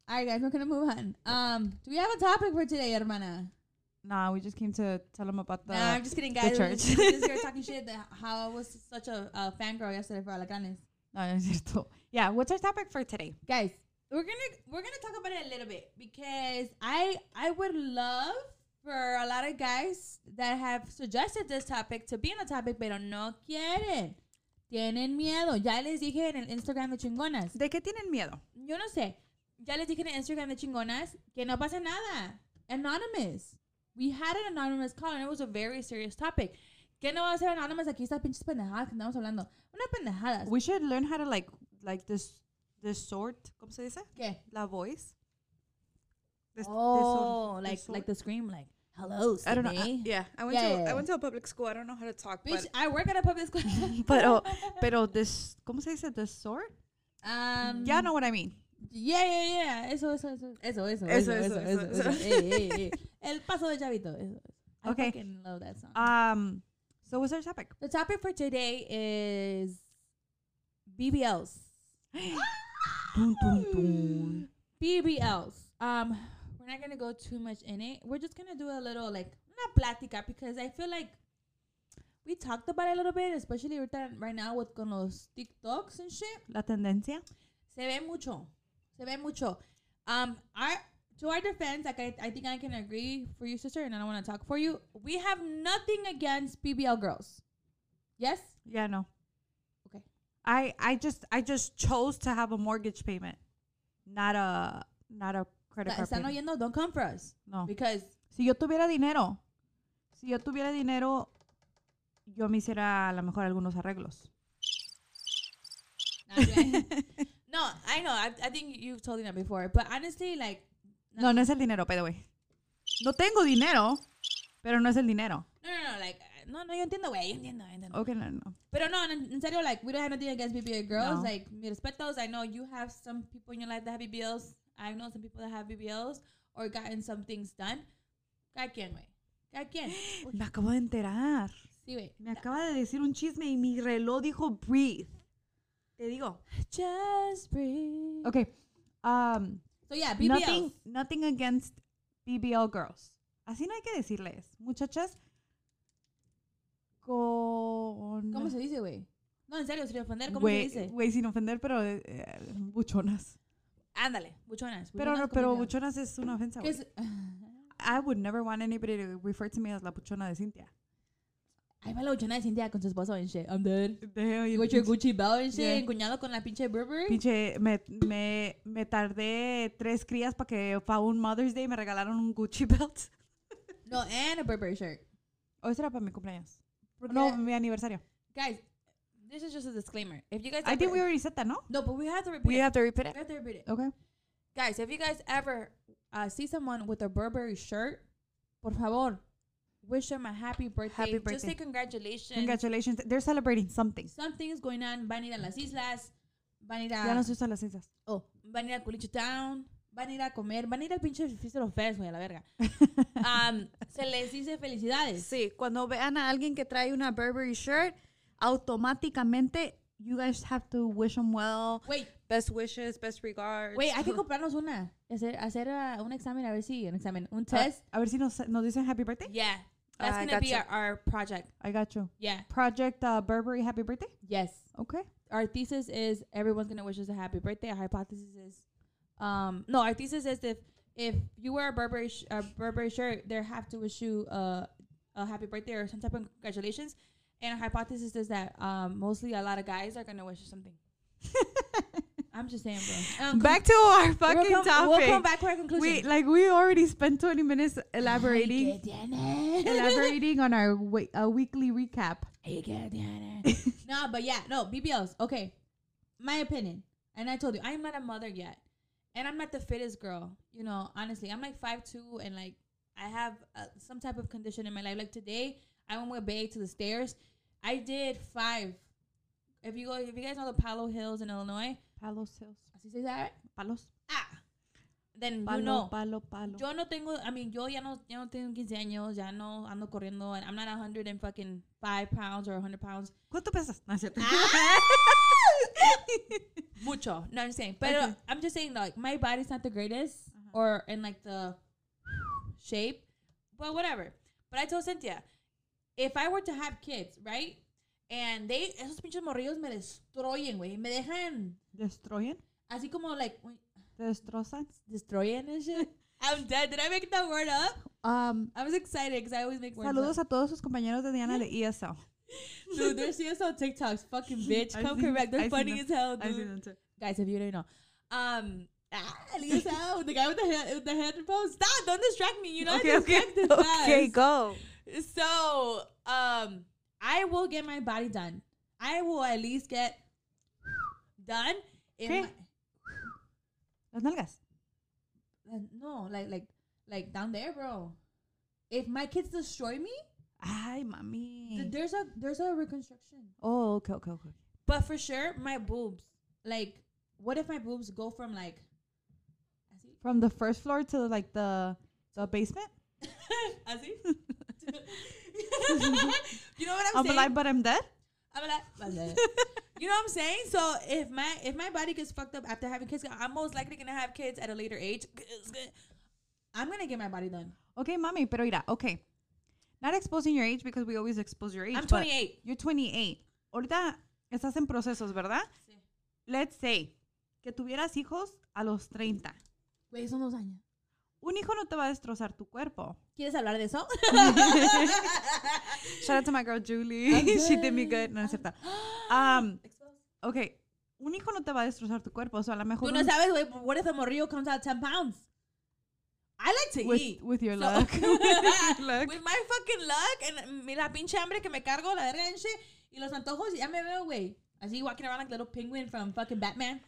Speaker 2: All right, guys, we're gonna move on. Um, do we have a topic for today, hermana?
Speaker 3: Nah, we just came to tell them about the.
Speaker 2: nah, I'm just kidding,
Speaker 3: the
Speaker 2: guys. We're
Speaker 3: church.
Speaker 2: just- we're just here talking shit. That how I was such a, a fangirl yesterday for Alacanes.
Speaker 3: No, no es cierto. Yeah, what's our topic for today?
Speaker 2: Guys, we're gonna we're gonna talk about it a little bit because I I would love for a lot of guys that have suggested this topic to be on the topic, pero no quieren. Tienen miedo. Ya les dije en el Instagram de chingonas.
Speaker 3: ¿De qué tienen miedo?
Speaker 2: yo no sé. Ya les dije en el Instagram de chingonas que no pasa nada. Anonymous. We had an anonymous call and it was a very serious topic. ¿Qué no va a ser anonymous? Aquí estas pinches pendejadas que andamos hablando. Una pendejada.
Speaker 3: We should learn how to like, like this, this sort. ¿Cómo se dice?
Speaker 2: ¿Qué?
Speaker 3: La voice. This, this
Speaker 2: Oh,
Speaker 3: sort-
Speaker 2: like
Speaker 3: this
Speaker 2: like
Speaker 3: sort.
Speaker 2: the scream, like hello,
Speaker 3: I don't know. I-
Speaker 2: Sydney."
Speaker 3: yeah, I went
Speaker 2: Yeah,
Speaker 3: to
Speaker 2: yeah, yeah.
Speaker 3: I went to a public school. I don't know how to talk,
Speaker 2: Bitch, I work at a public school.
Speaker 3: but but oh, pero this ¿cómo se dice? This sort?
Speaker 2: um,
Speaker 3: Y'all know what I mean.
Speaker 2: Yeah, yeah, yeah. Eso, eso, eso, eso, eso, eso, eso, eso, eso. Ey, ey, ey. El paso de chavito. Eso, eso. I
Speaker 3: Okay.
Speaker 2: fucking love that song.
Speaker 3: Um, so what's our topic?
Speaker 2: The topic for today is BBLs.
Speaker 3: Dun, dun, dun.
Speaker 2: BBLs. Um, we're not gonna go too much in it. We're just gonna do a little like not plática because I feel like we talked about it a little bit, especially with that right now with con los TikToks and shit.
Speaker 3: La tendencia.
Speaker 2: Se ve mucho. Se ve mucho. Um, our to our defense, like I, I think I can agree for you, sister, and I don't want to talk for you. We have nothing against BBL girls. Yes.
Speaker 3: Yeah, no.
Speaker 2: Okay.
Speaker 3: I I just I just chose to have a mortgage payment, not a not a credit
Speaker 2: Está-
Speaker 3: card.
Speaker 2: Están
Speaker 3: Payment.
Speaker 2: oyendo? Don't come for us
Speaker 3: No.
Speaker 2: because
Speaker 3: Si yo tuviera dinero, si yo tuviera dinero, yo me hiciera a lo mejor algunos arreglos.
Speaker 2: Nah, right. no, I know. I, I think you've told me that before. But honestly, like,
Speaker 3: No, no es el dinero, pero güey. No tengo dinero, pero no es el dinero.
Speaker 2: no, no, no. Like, uh, no, no, yo entiendo, güey. Yo entiendo, yo entiendo.
Speaker 3: Okay, no, no.
Speaker 2: Pero no, en en serio, like, we don't have nothing against BBL girls.
Speaker 3: No.
Speaker 2: Like, mi respetos. I know you have some people in your life that have BBLs. I know some people that have BBLs or gotten some things done. Cada quien, güey. Cada quien.
Speaker 3: Me acabo de enterar.
Speaker 2: Sí, güey.
Speaker 3: Me acaba de decir un chisme y mi reloj dijo breathe. Te digo.
Speaker 2: Just breathe.
Speaker 3: Okay. Um,
Speaker 2: So, yeah, BBLs.
Speaker 3: nothing, nothing against BBL girls. Así no hay que decirles. Muchachas. Con.
Speaker 2: ¿Cómo se dice, güey? No, en serio, sin ofender, ¿cómo
Speaker 3: Güey-
Speaker 2: se dice?
Speaker 3: Güey, sin ofender, pero eh, eh, buchonas.
Speaker 2: Ándale, buchonas.
Speaker 3: Pero, no,
Speaker 2: buchonas con
Speaker 3: pero
Speaker 2: BBLs.
Speaker 3: buchonas es una ofensa.
Speaker 2: ¿Qué
Speaker 3: güey.
Speaker 2: es?
Speaker 3: I would never want anybody to refer to me as la buchona de Cintia.
Speaker 2: Ahí va la buchona de Cintia con su esposo and shit. I'm dead.
Speaker 3: Damn,
Speaker 2: You got your Gucci belt and shit.
Speaker 3: Yeah.
Speaker 2: Encuñado con la pinche Burberry.
Speaker 3: Pinche, me, me, me tardé tres crías para que para un Mother's Day me regalaron un Gucci belt.
Speaker 2: No, and a Burberry shirt.
Speaker 3: O Oh, eso era para mi cumpleaños.
Speaker 2: Porque-
Speaker 3: No, mi aniversario.
Speaker 2: Guys, this is just a disclaimer. If you guys
Speaker 3: I think
Speaker 2: ever-
Speaker 3: we already said that, ¿no?
Speaker 2: No, but we have to repeat it.
Speaker 3: to repeat
Speaker 2: we have to repeat it.
Speaker 3: Okay.
Speaker 2: Guys, if you guys ever uh, see someone with a Burberry shirt, por favor, wish them a happy birthday.
Speaker 3: Happy
Speaker 2: Just
Speaker 3: birthday.
Speaker 2: say congratulations.
Speaker 3: Congratulations. They're celebrating something.
Speaker 2: Something is going on. Van a ir a las islas. Van a ir
Speaker 3: Ya
Speaker 2: a...
Speaker 3: no se usan las islas.
Speaker 2: Oh, van a ir a Culichi Town, van a ir a comer, van a ir al pinche Festival of Fest, güey, a la verga. Am, se les dice felicidades.
Speaker 3: Sí, cuando vean a alguien que trae una Burberry shirt, automáticamente you guys have to wish them well.
Speaker 2: Güey,
Speaker 3: Best wishes, best regards.
Speaker 2: güey, hay que comprarnos una. Hacer, hacer ah, un examen, a ver si, un examen, un
Speaker 3: A,
Speaker 2: test.
Speaker 3: a ver si nos, nos dicen happy birthday.
Speaker 2: yeah. That's
Speaker 3: Ah,
Speaker 2: gonna be our,
Speaker 3: gotcha.
Speaker 2: our project.
Speaker 3: I got you.
Speaker 2: Yeah.
Speaker 3: Project uh, Burberry happy birthday.
Speaker 2: Yes.
Speaker 3: Okay.
Speaker 2: Our thesis is everyone's gonna wish us a happy birthday. Our hypothesis is, um, no, our thesis is if if you wear a Burberry sh- a Burberry shirt, they have to wish you a a happy birthday or some type of congratulations. And our hypothesis is that um, mostly a lot of guys are gonna wish you something. I'm just saying, bro. Um,
Speaker 3: Back to our
Speaker 2: we'll
Speaker 3: fucking
Speaker 2: come-
Speaker 3: topic.
Speaker 2: We'll come back to our conclusion.
Speaker 3: Wait, like we already spent 20 minutes
Speaker 2: Ay, que
Speaker 3: elaborating.
Speaker 2: tiene.
Speaker 3: elaborating on our we- uh, weekly recap.
Speaker 2: Ay, que
Speaker 3: Mm.
Speaker 2: tiene. no, but yeah, no, BBLs. Okay. My opinion. And I told you, I'm not a mother yet. And I'm not the fittest girl. You know, honestly, I'm like 5'2 and like I have uh, some type of condition in my life. Like today, I went with Bay to the stairs. I did five If you go, if you guys know the Palo Hills in Illinois,
Speaker 3: Palos Hills.
Speaker 2: así se dice, right?
Speaker 3: Palos.
Speaker 2: ah, then
Speaker 3: Palo,
Speaker 2: you know.
Speaker 3: palo, palo.
Speaker 2: Yo no tengo, I mean, yo ya no, ya no tengo 15 años, ya no ando corriendo, and I'm not 100 and fucking 5 pounds or 100 pounds.
Speaker 3: ¿Cuánto pesas? No es cierto.
Speaker 2: Mucho, no, I'm just saying. But
Speaker 3: Okay.
Speaker 2: I'm just saying, like, my body's not the greatest or in like the shape, but whatever. But I told Cynthia, if I were to have kids, right? And they, esos pinches morrillos me destroyen, güey. Me dejan
Speaker 3: ¿Destroyen?
Speaker 2: así como, like, when-
Speaker 3: ¿Te destrozan?
Speaker 2: destroyen and shit. I'm dead. Did I make that word up?
Speaker 3: Um,
Speaker 2: I was excited because I always make words up.
Speaker 3: saludos a todos sus compañeros de Diana de E ESL.
Speaker 2: Dude, their CSL TikToks, fucking bitch.
Speaker 3: I've
Speaker 2: Come
Speaker 3: seen-
Speaker 2: correct. They're
Speaker 3: I've seen
Speaker 2: funny
Speaker 3: them.
Speaker 2: as hell,
Speaker 3: I've seen
Speaker 2: dude.
Speaker 3: them too.
Speaker 2: Guys, if you don't know, um, ah, Lisa, the guy with the head, with the head pose. Stop! Don't distract me. You know,
Speaker 3: Okay,
Speaker 2: I
Speaker 3: okay.
Speaker 2: distract this
Speaker 5: Okay,
Speaker 2: fast.
Speaker 5: go.
Speaker 2: So, um, I will get my body done. I will at least get done. In
Speaker 3: Okay.
Speaker 2: my,
Speaker 3: Las nalgas.
Speaker 2: uh, no, like, like, like down there, bro. If my kids destroy me,
Speaker 3: Ay,
Speaker 2: th-
Speaker 3: mami.
Speaker 2: there's a there's a reconstruction.
Speaker 3: Oh, okay, okay, okay.
Speaker 2: But for sure, my boobs. Like, what if my boobs go from like, así,
Speaker 3: From the first floor to like the the basement.
Speaker 2: así? you know what I'm,
Speaker 3: I'm
Speaker 2: saying?
Speaker 3: alive, but I'm dead.
Speaker 2: I'm like, you know what I'm saying? So if my if my body gets fucked up after having kids, I'm most likely gonna have kids at a later age. I'm gonna get my body done.
Speaker 3: Okay, mami, pero mira, okay. Not exposing your age because we always expose your age.
Speaker 2: I'm
Speaker 3: but
Speaker 2: 28.
Speaker 3: You're 28. Ahorita estás en procesos, ¿verdad?
Speaker 2: Sí.
Speaker 3: Let's say que tuvieras hijos a los 30.
Speaker 4: Güey, son dos años.
Speaker 3: Un hijo no te va a destrozar tu cuerpo.
Speaker 2: ¿Quieres hablar de eso?
Speaker 3: Shout out to my girl Julie. She did me good. No, es cierto. Um, okay. Un hijo no te va a destrozar tu cuerpo. O sea, a lo mejor
Speaker 2: Tú no
Speaker 3: un-
Speaker 2: sabes, güey, what if the morrillo comes out 10 pounds? I like to
Speaker 3: with,
Speaker 2: eat.
Speaker 3: with your
Speaker 2: So-
Speaker 3: luck. with your luck.
Speaker 2: With my fucking luck and mi- la pinche hambre que me cargo, la verga and shit, y los antojos, ya me veo, güey. Así walking around like little penguin from fucking Batman.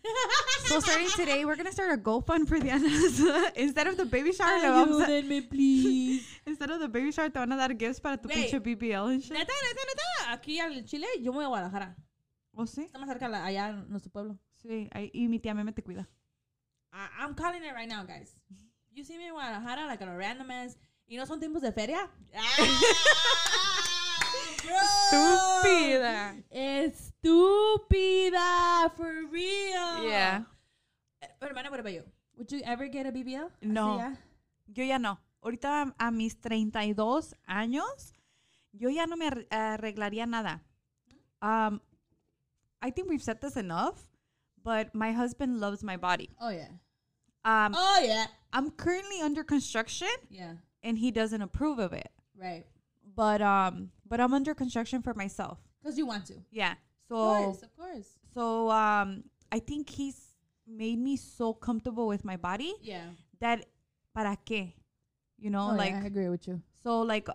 Speaker 3: So starting today, we're gonna start a GoFund for Diana's. Instead of the baby shower, le vamos a-
Speaker 2: please.
Speaker 3: instead of the baby shower, te van a dar gifts para tu
Speaker 2: Wait.
Speaker 3: pinche BBL and shit.
Speaker 2: neta, neta, neta. Aquí al Chile, yo me voy a Guadalajara.
Speaker 3: ¿O sí?
Speaker 2: Está más cerca la- allá en nuestro pueblo.
Speaker 3: Sí. ahí- y mi tía Meme te cuida.
Speaker 2: I- I'm calling it right now, guys. You see me in Guadalajara like a random ass. ¿Y no son tiempos de feria? Ah, bro.
Speaker 3: Estúpida.
Speaker 2: Estúpida, for real.
Speaker 3: Yeah.
Speaker 2: Eh, Pero, hermana, what about you? Would you ever get a BBL?
Speaker 3: No.
Speaker 2: Así, ah.
Speaker 3: Yo ya no. Ahorita a mis 32 años, yo ya no me arre- arreglaría nada. Um, I think we've said this enough, but my husband loves my body.
Speaker 2: Oh, yeah.
Speaker 3: Um,
Speaker 2: Oh, yeah.
Speaker 3: I'm currently under construction
Speaker 2: Yeah.
Speaker 3: and he doesn't approve of it.
Speaker 2: Right.
Speaker 3: But um, but I'm under construction for myself.
Speaker 2: Because you want to. Of
Speaker 3: Yeah. So
Speaker 2: course, of course.
Speaker 3: so um, I think he's made me so comfortable with my body
Speaker 2: Yeah. Oh,
Speaker 3: that para qué, you know, like
Speaker 2: agree with you.
Speaker 3: so like.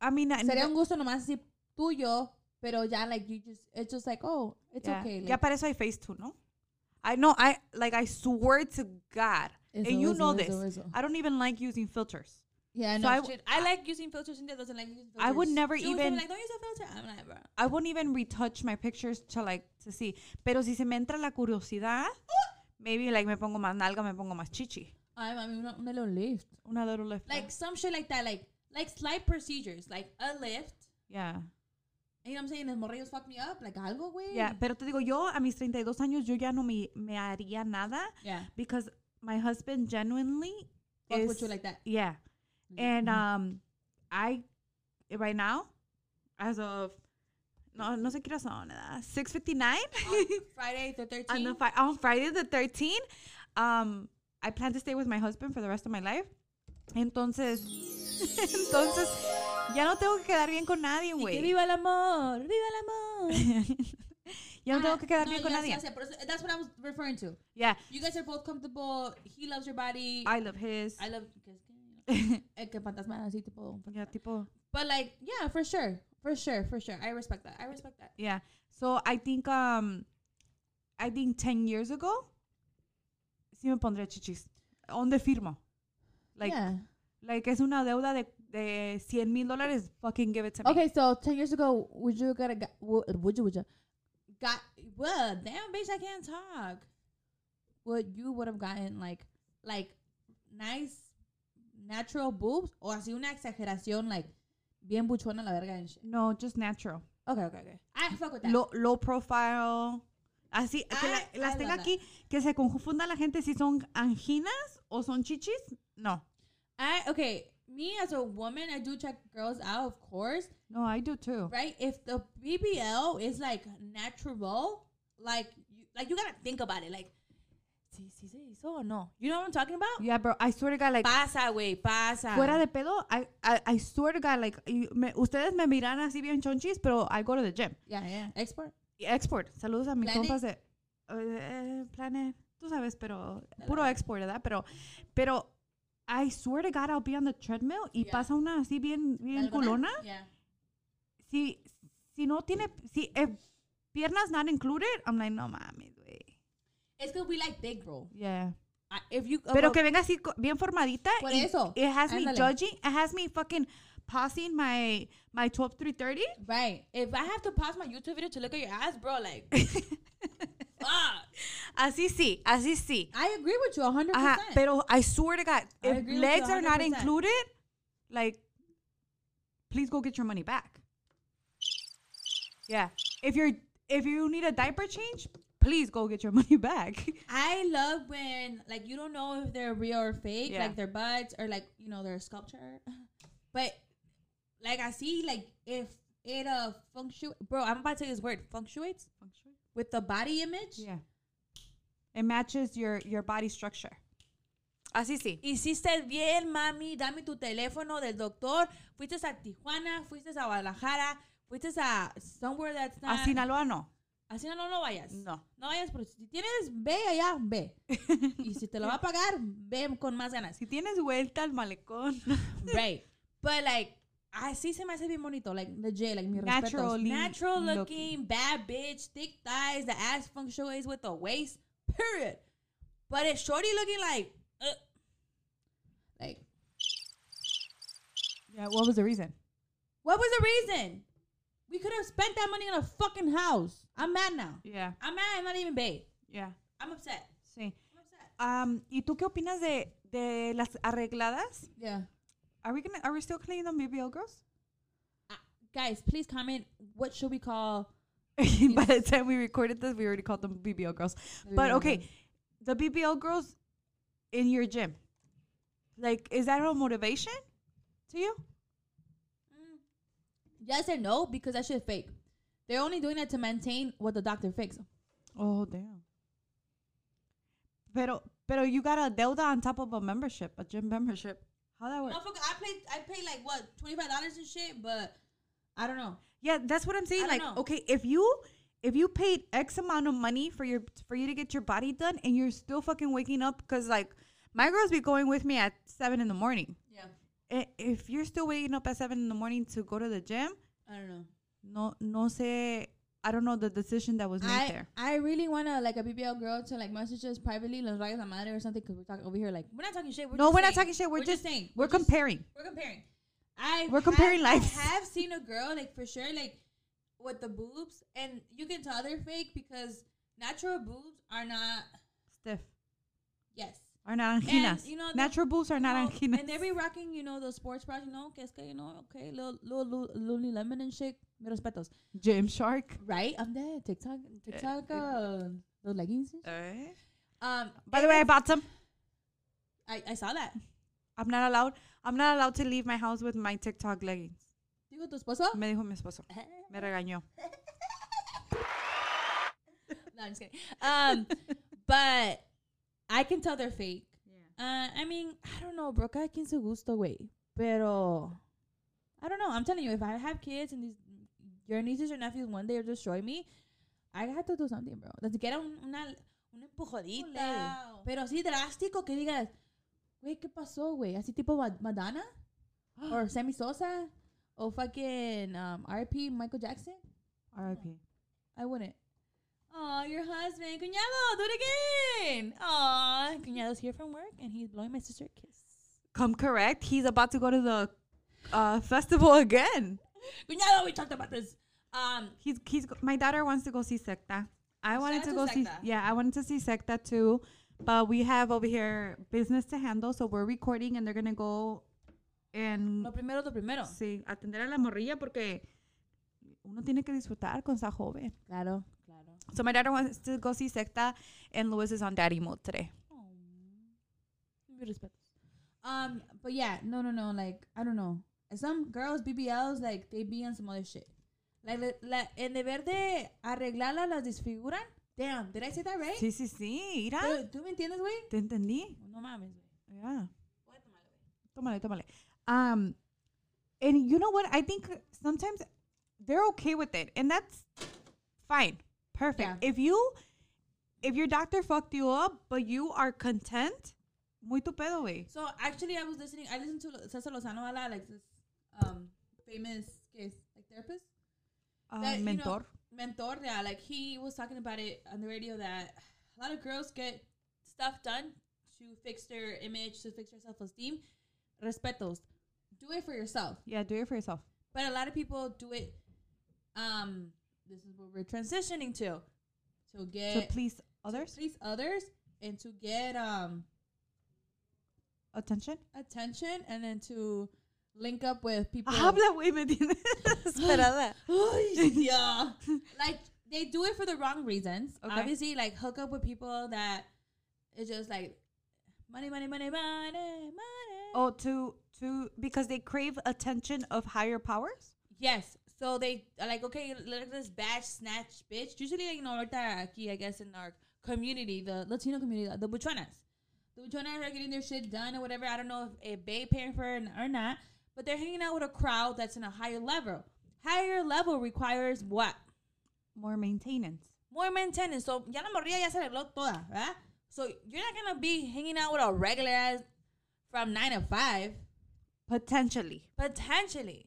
Speaker 3: I mean, I-
Speaker 2: Sería un gusto nomás así tuyo, pero ya, like, you just, it's just like, oh, it's
Speaker 3: yeah.
Speaker 2: okay.
Speaker 3: ya
Speaker 2: Like,
Speaker 3: para eso hay face too, ¿no? I know, I like, I swear to God,
Speaker 2: Eso,
Speaker 3: and you
Speaker 2: eso,
Speaker 3: know
Speaker 2: eso,
Speaker 3: this.
Speaker 2: eso.
Speaker 3: I don't even like using filters.
Speaker 2: yeah,
Speaker 3: so
Speaker 2: no, Ah.
Speaker 3: I
Speaker 2: I,
Speaker 3: w-
Speaker 2: I like using filters, and that doesn't like using filters.
Speaker 3: I would never
Speaker 2: She always told me, like,
Speaker 3: even-
Speaker 2: don't use a filter. I'm like, bro.
Speaker 3: I won't even retouch my pictures to like to see. Pero si se me entra la curiosidad, maybe like me pongo más nalga, me pongo más chichi.
Speaker 2: Ay, mami, una, una little lift.
Speaker 3: Una little lift.
Speaker 2: Like, some shit like that. Like, like slight procedures. Like, a lift.
Speaker 3: yeah.
Speaker 2: You know what I'm saying? The morrillos fuck me up. Like, algo, güey.
Speaker 3: Yeah, pero te digo, yo a mis 32 años yo ya no me, me haría nada
Speaker 2: Yeah.
Speaker 3: because my husband genuinely
Speaker 2: Fuck
Speaker 3: is
Speaker 2: with you like Mm-hmm. that.
Speaker 3: Yeah. And um I right now as of no no sé qué hora son, ¿verdad? 6:59
Speaker 2: On Friday the 13th.
Speaker 3: on the fi- on Friday the 13th um I plan to stay with my husband for the rest of my life. Entonces entonces ya no tengo que quedar bien con nadie,
Speaker 2: Y que
Speaker 3: güey.
Speaker 2: viva el amor, viva el amor.
Speaker 3: ya no
Speaker 2: Ah,
Speaker 3: tengo que quedar
Speaker 2: no,
Speaker 3: bien con
Speaker 2: yes,
Speaker 3: nadie.
Speaker 2: yes, yeah, pero eso- That's what I was referring to.
Speaker 3: Yeah.
Speaker 2: You guys are both comfortable. He loves your body.
Speaker 3: I love his.
Speaker 2: I love. que es que- eh, que fantasma, así, tipo,
Speaker 3: yeah, tipo,
Speaker 2: But like, yeah, for sure, for sure, for sure. I respect that. I respect that.
Speaker 3: yeah. So I think um I think 10 years ago sí me pondré chichis. ¿Dónde firmo? Like
Speaker 2: yeah.
Speaker 3: like es una deuda de de 100 mil dólares, fucking give it to me.
Speaker 2: Okay, so ten years ago, would you get a gu- would would you would you got well, damn bitch, I can't talk. Well, you would have gotten like like nice natural boobs o así una exageración like bien buchona la verga and shit.
Speaker 3: No, just natural.
Speaker 2: Okay, okay, okay. I fuck with that.
Speaker 3: Low, low profile. Así, que la-
Speaker 2: I-
Speaker 3: las
Speaker 2: I
Speaker 3: tenga
Speaker 2: love
Speaker 3: aquí, que se confunda la gente si son anginas o son chichis. No.
Speaker 2: I okay, me as a woman, I do check girls out, of course.
Speaker 3: No, I do too.
Speaker 2: right? If the BBL is like natural, like you, like you gotta think about it. Like, si, si se hizo o no. You know what I'm talking about?
Speaker 3: Yeah, bro. I swear to God, like,
Speaker 2: Pasa, güey, pasa.
Speaker 3: fuera de pedo, I, I, I swear to God, like, you- me- ustedes me miran así bien chonchis, pero I go to the gym.
Speaker 2: yeah, yeah. Export.
Speaker 3: Y Export. Saludos a mis
Speaker 2: Planet.
Speaker 3: compas de eh, Planet. Tú sabes, pero puro export, ¿verdad? Pero, pero I swear to God, I'll be on the treadmill y
Speaker 2: Yeah.
Speaker 3: pasa una así bien, bien culona.
Speaker 2: Yeah.
Speaker 3: Si, si no tiene, si eh, piernas not included, I'm like, no mames, güey.
Speaker 2: It's gonna be like big, bro.
Speaker 3: Yeah.
Speaker 2: I- If you
Speaker 3: Pero que venga así co- bien formadita.
Speaker 2: Oh, Por
Speaker 3: y
Speaker 2: eso.
Speaker 3: It has me
Speaker 2: Ándale.
Speaker 3: judging. It has me fucking passing my, my 12, 330.
Speaker 2: right, if I have to pause my YouTube video to look at your ass, bro, like, fuck.
Speaker 3: Así sí, así sí.
Speaker 2: I agree with you 100.
Speaker 3: Ajá,
Speaker 2: percent
Speaker 3: pero I swear to God,
Speaker 2: I
Speaker 3: if
Speaker 2: agree with
Speaker 3: legs
Speaker 2: you
Speaker 3: are not
Speaker 2: 100%.
Speaker 3: included, like, please go get your money back. Yeah, if you're if you need a diaper change, please go get your money back.
Speaker 2: I love when like you don't know if they're real or fake,
Speaker 3: Yeah.
Speaker 2: like their butts or like you know their sculpture. But like I see like if it uh functu bro, I'm about to say this word functuates with the body image.
Speaker 3: Yeah, it matches your your body structure. Así sí.
Speaker 2: Hiciste bien, mami. Dame tu teléfono del doctor. Fuiste a Tijuana, fuiste a Guadalajara, fuiste a somewhere that's
Speaker 3: A
Speaker 2: not.
Speaker 3: Sinaloa no.
Speaker 2: Así no, no, no vayas.
Speaker 3: No.
Speaker 2: No vayas, pero si tienes, ve allá, ve. y si te lo va a pagar, ve con más ganas.
Speaker 3: Si tienes vuelta al malecón.
Speaker 2: right. But like, I see se me hace bien bonito, like legit, like mi respetos.
Speaker 3: Naturally
Speaker 2: Natural
Speaker 3: looking.
Speaker 2: looking, bad bitch, thick thighs, the ass functuates with the waist, period. But it's shorty looking like, uh, like,
Speaker 3: Yeah, what was the reason?
Speaker 2: what was the reason? We could have spent that money on a fucking house. I'm mad now.
Speaker 3: Yeah,
Speaker 2: I'm mad. I'm not even bae.
Speaker 3: yeah.
Speaker 2: I'm upset.
Speaker 3: Sí.
Speaker 2: I'm upset.
Speaker 3: Um, ¿Y tú qué opinas de, de las arregladas?
Speaker 2: Yeah.
Speaker 3: Are we gonna? Are we still calling them BBL girls?
Speaker 2: Guys, please comment. What should we call?
Speaker 3: By the time we recorded this, we already called them BBL girls. But
Speaker 2: BBL
Speaker 3: okay, the BBL girls in your gym, like, is that a motivation to you?
Speaker 2: Yes and no because that shit fake. They're only doing that to maintain what the doctor fixed.
Speaker 3: Oh damn. Pero pero you got a deuda on top of a membership, a gym membership. How that work?
Speaker 2: Motherfucker, I paid I paid like what twenty five dollars and shit, but I don't know.
Speaker 3: Yeah, that's what I'm saying.
Speaker 2: I
Speaker 3: Like,
Speaker 2: don't know.
Speaker 3: okay, if you if you paid X amount of money for your for you to get your body done, and you're still fucking waking up, because like my girls be going with me at seven in the morning.
Speaker 2: Yeah,
Speaker 3: i- if you're still waking up at seven in the morning to go to the gym,
Speaker 2: I don't know.
Speaker 3: no, no sé. I don't know the decision that was made
Speaker 2: I
Speaker 3: there.
Speaker 2: I really wanna like a BBL girl to like message us privately, los rayos la madre or something, because we're talking over here like we're not talking shit. We're
Speaker 3: No,
Speaker 2: just
Speaker 3: we're not
Speaker 2: saying-
Speaker 3: talking shit. We're, just,
Speaker 2: saying
Speaker 3: we're, comparing.
Speaker 2: We're comparing. I
Speaker 3: We're
Speaker 2: have-
Speaker 3: comparing lives.
Speaker 2: I have seen a girl like for sure like with the boobs, and you can tell they're fake because natural boobs are not.
Speaker 3: Stiff
Speaker 2: Yes.
Speaker 3: are not anginas.
Speaker 2: you know, the-
Speaker 3: Natural boobs are not
Speaker 2: No,
Speaker 3: anginas.
Speaker 2: And they be rocking, you know, those sports bras, you know, que es que, you know, okay, little, little, little, lemon and shit. Me respetos.
Speaker 3: Gym shark.
Speaker 2: Right? I'm there. TikTok, TikTok, uh, those leggings. and shit. Um,
Speaker 3: By the way, I bought some.
Speaker 2: I, I saw that.
Speaker 3: I'm not allowed. I'm not allowed to leave my house with my TikTok leggings.
Speaker 2: Digo, tu esposo?
Speaker 3: Me dijo mi esposo. Me regañó.
Speaker 2: No, I'm just kidding. Um, but I can tell they're fake. Uh, I mean, I don't know, bro. Cada quien su gusto, güey. Pero, I don't know. I'm telling you, if I have kids and these your nieces or nephews one day will destroy me, I have to do something, bro. Desde que era un, una, una empujadita.
Speaker 3: lado.
Speaker 2: Pero así drástico que digas, güey, ¿qué pasó, güey? Así tipo Ma- Madonna or Sammy Sosa or fucking um, RP Michael Jackson.
Speaker 3: R.I.P.
Speaker 2: I wouldn't. Oh, your husband, cuñado, do it again. Oh, cuñado's here from work and he's blowing my sister a kiss.
Speaker 3: Come correct. He's about to go to the uh, festival again.
Speaker 2: Cuñado, we talked about this. Um,
Speaker 3: He's he's go- my daughter wants to go see secta. I wanted
Speaker 2: out
Speaker 3: to
Speaker 2: to
Speaker 3: go see
Speaker 2: Secta.
Speaker 3: yeah, I wanted to see secta too, but we have over here business to handle, so we're recording and they're gonna go and
Speaker 2: lo primero, lo primero.
Speaker 3: sí atender a la morrilla porque uno tiene que disfrutar con esa joven.
Speaker 2: Claro, claro.
Speaker 3: So my daughter wants to go see secta, and Louis is on daddy mode today.
Speaker 2: Mis respetos. Um, but yeah, no, no, no. Like I don't know. Some girls BBLs like they be on some other shit. Like le- la, en deber de arreglarla las desfiguran. Damn, did I say that right?
Speaker 3: Sí sí sí, mira,
Speaker 2: ¿Tú, tú me entiendes, güey?
Speaker 3: te entendí.
Speaker 2: No mames, güey.
Speaker 3: Yeah.
Speaker 2: Voy a tomarlo, güey.
Speaker 3: Tómale, tómale. Um, and you know what? I think sometimes they're okay with it, and that's fine, perfect.
Speaker 2: Yeah.
Speaker 3: If you, if your doctor fucked you up, but you are content, muy tu pedo, güey.
Speaker 2: So actually, I was listening. I listened to Lo- Cesar Lozano a lot, like this um famous case like therapist.
Speaker 3: Uh,
Speaker 2: that, you know,
Speaker 3: mentor.
Speaker 2: mentor, yeah. Like he was talking about it on the radio that a lot of girls get stuff done to fix their image, to fix their self esteem. Respetos. Do it for yourself.
Speaker 3: yeah, do it for yourself.
Speaker 2: But a lot of people do it um this is what we're transitioning to. To get
Speaker 3: to please others,
Speaker 2: to please others and to get um
Speaker 3: attention.
Speaker 2: attention and then to link up with people
Speaker 3: Habla, güey, me tienes esperada.
Speaker 2: Ay, yeah. like they do it for the wrong reasons.
Speaker 3: Okay.
Speaker 2: Obviously, like hook up with people that it's just like money, money, money, money, money.
Speaker 3: Oh, to to because they crave attention of higher powers.
Speaker 2: Yes. So they are like, okay, look at this batch snatch bitch. Usually, like, you know, ahorita aquí, I guess, in our community, the Latino community, the buchonas. The buchonas are getting their shit done or whatever. I don't know if a bay paying for it or not, but they're hanging out with a crowd that's in a higher level. Higher level requires what?
Speaker 3: More maintenance.
Speaker 2: More maintenance. So ya la morrilla ya se arregló toda, ¿verdad? So you're not gonna be hanging out with a regular ass from nine to five.
Speaker 3: Potentially.
Speaker 2: Potentially,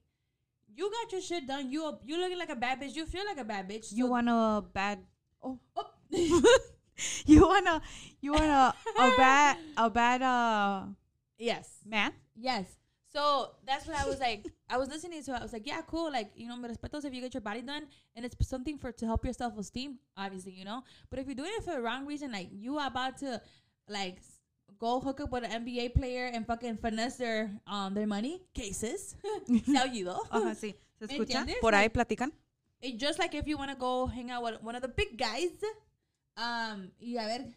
Speaker 2: you got your shit done. You a- you looking like a bad bitch. You feel like a bad bitch.
Speaker 3: You
Speaker 2: So-
Speaker 3: want a bad
Speaker 2: Oh, oh.
Speaker 3: you wanna you want a a bad a bad uh
Speaker 2: yes,
Speaker 3: man
Speaker 2: yes. So that's what I was like. I was listening to. it. I was like, yeah, cool. Like you know, me respetos if you get your body done, and it's something for to help your self esteem. Obviously, you know. But if you're doing it for the wrong reason, like you are about to, like. s- Go hook up with an NBA player and fucking finesse their um their money cases. Se ha oído.
Speaker 3: Ajá, Uh-huh, sí. ¿Se
Speaker 2: ¿Me
Speaker 3: escucha?
Speaker 2: entiendes?
Speaker 3: Por ahí
Speaker 2: Like-
Speaker 3: platican.
Speaker 2: it, just like if you want to go hang out with one of the big guys, um, y a ver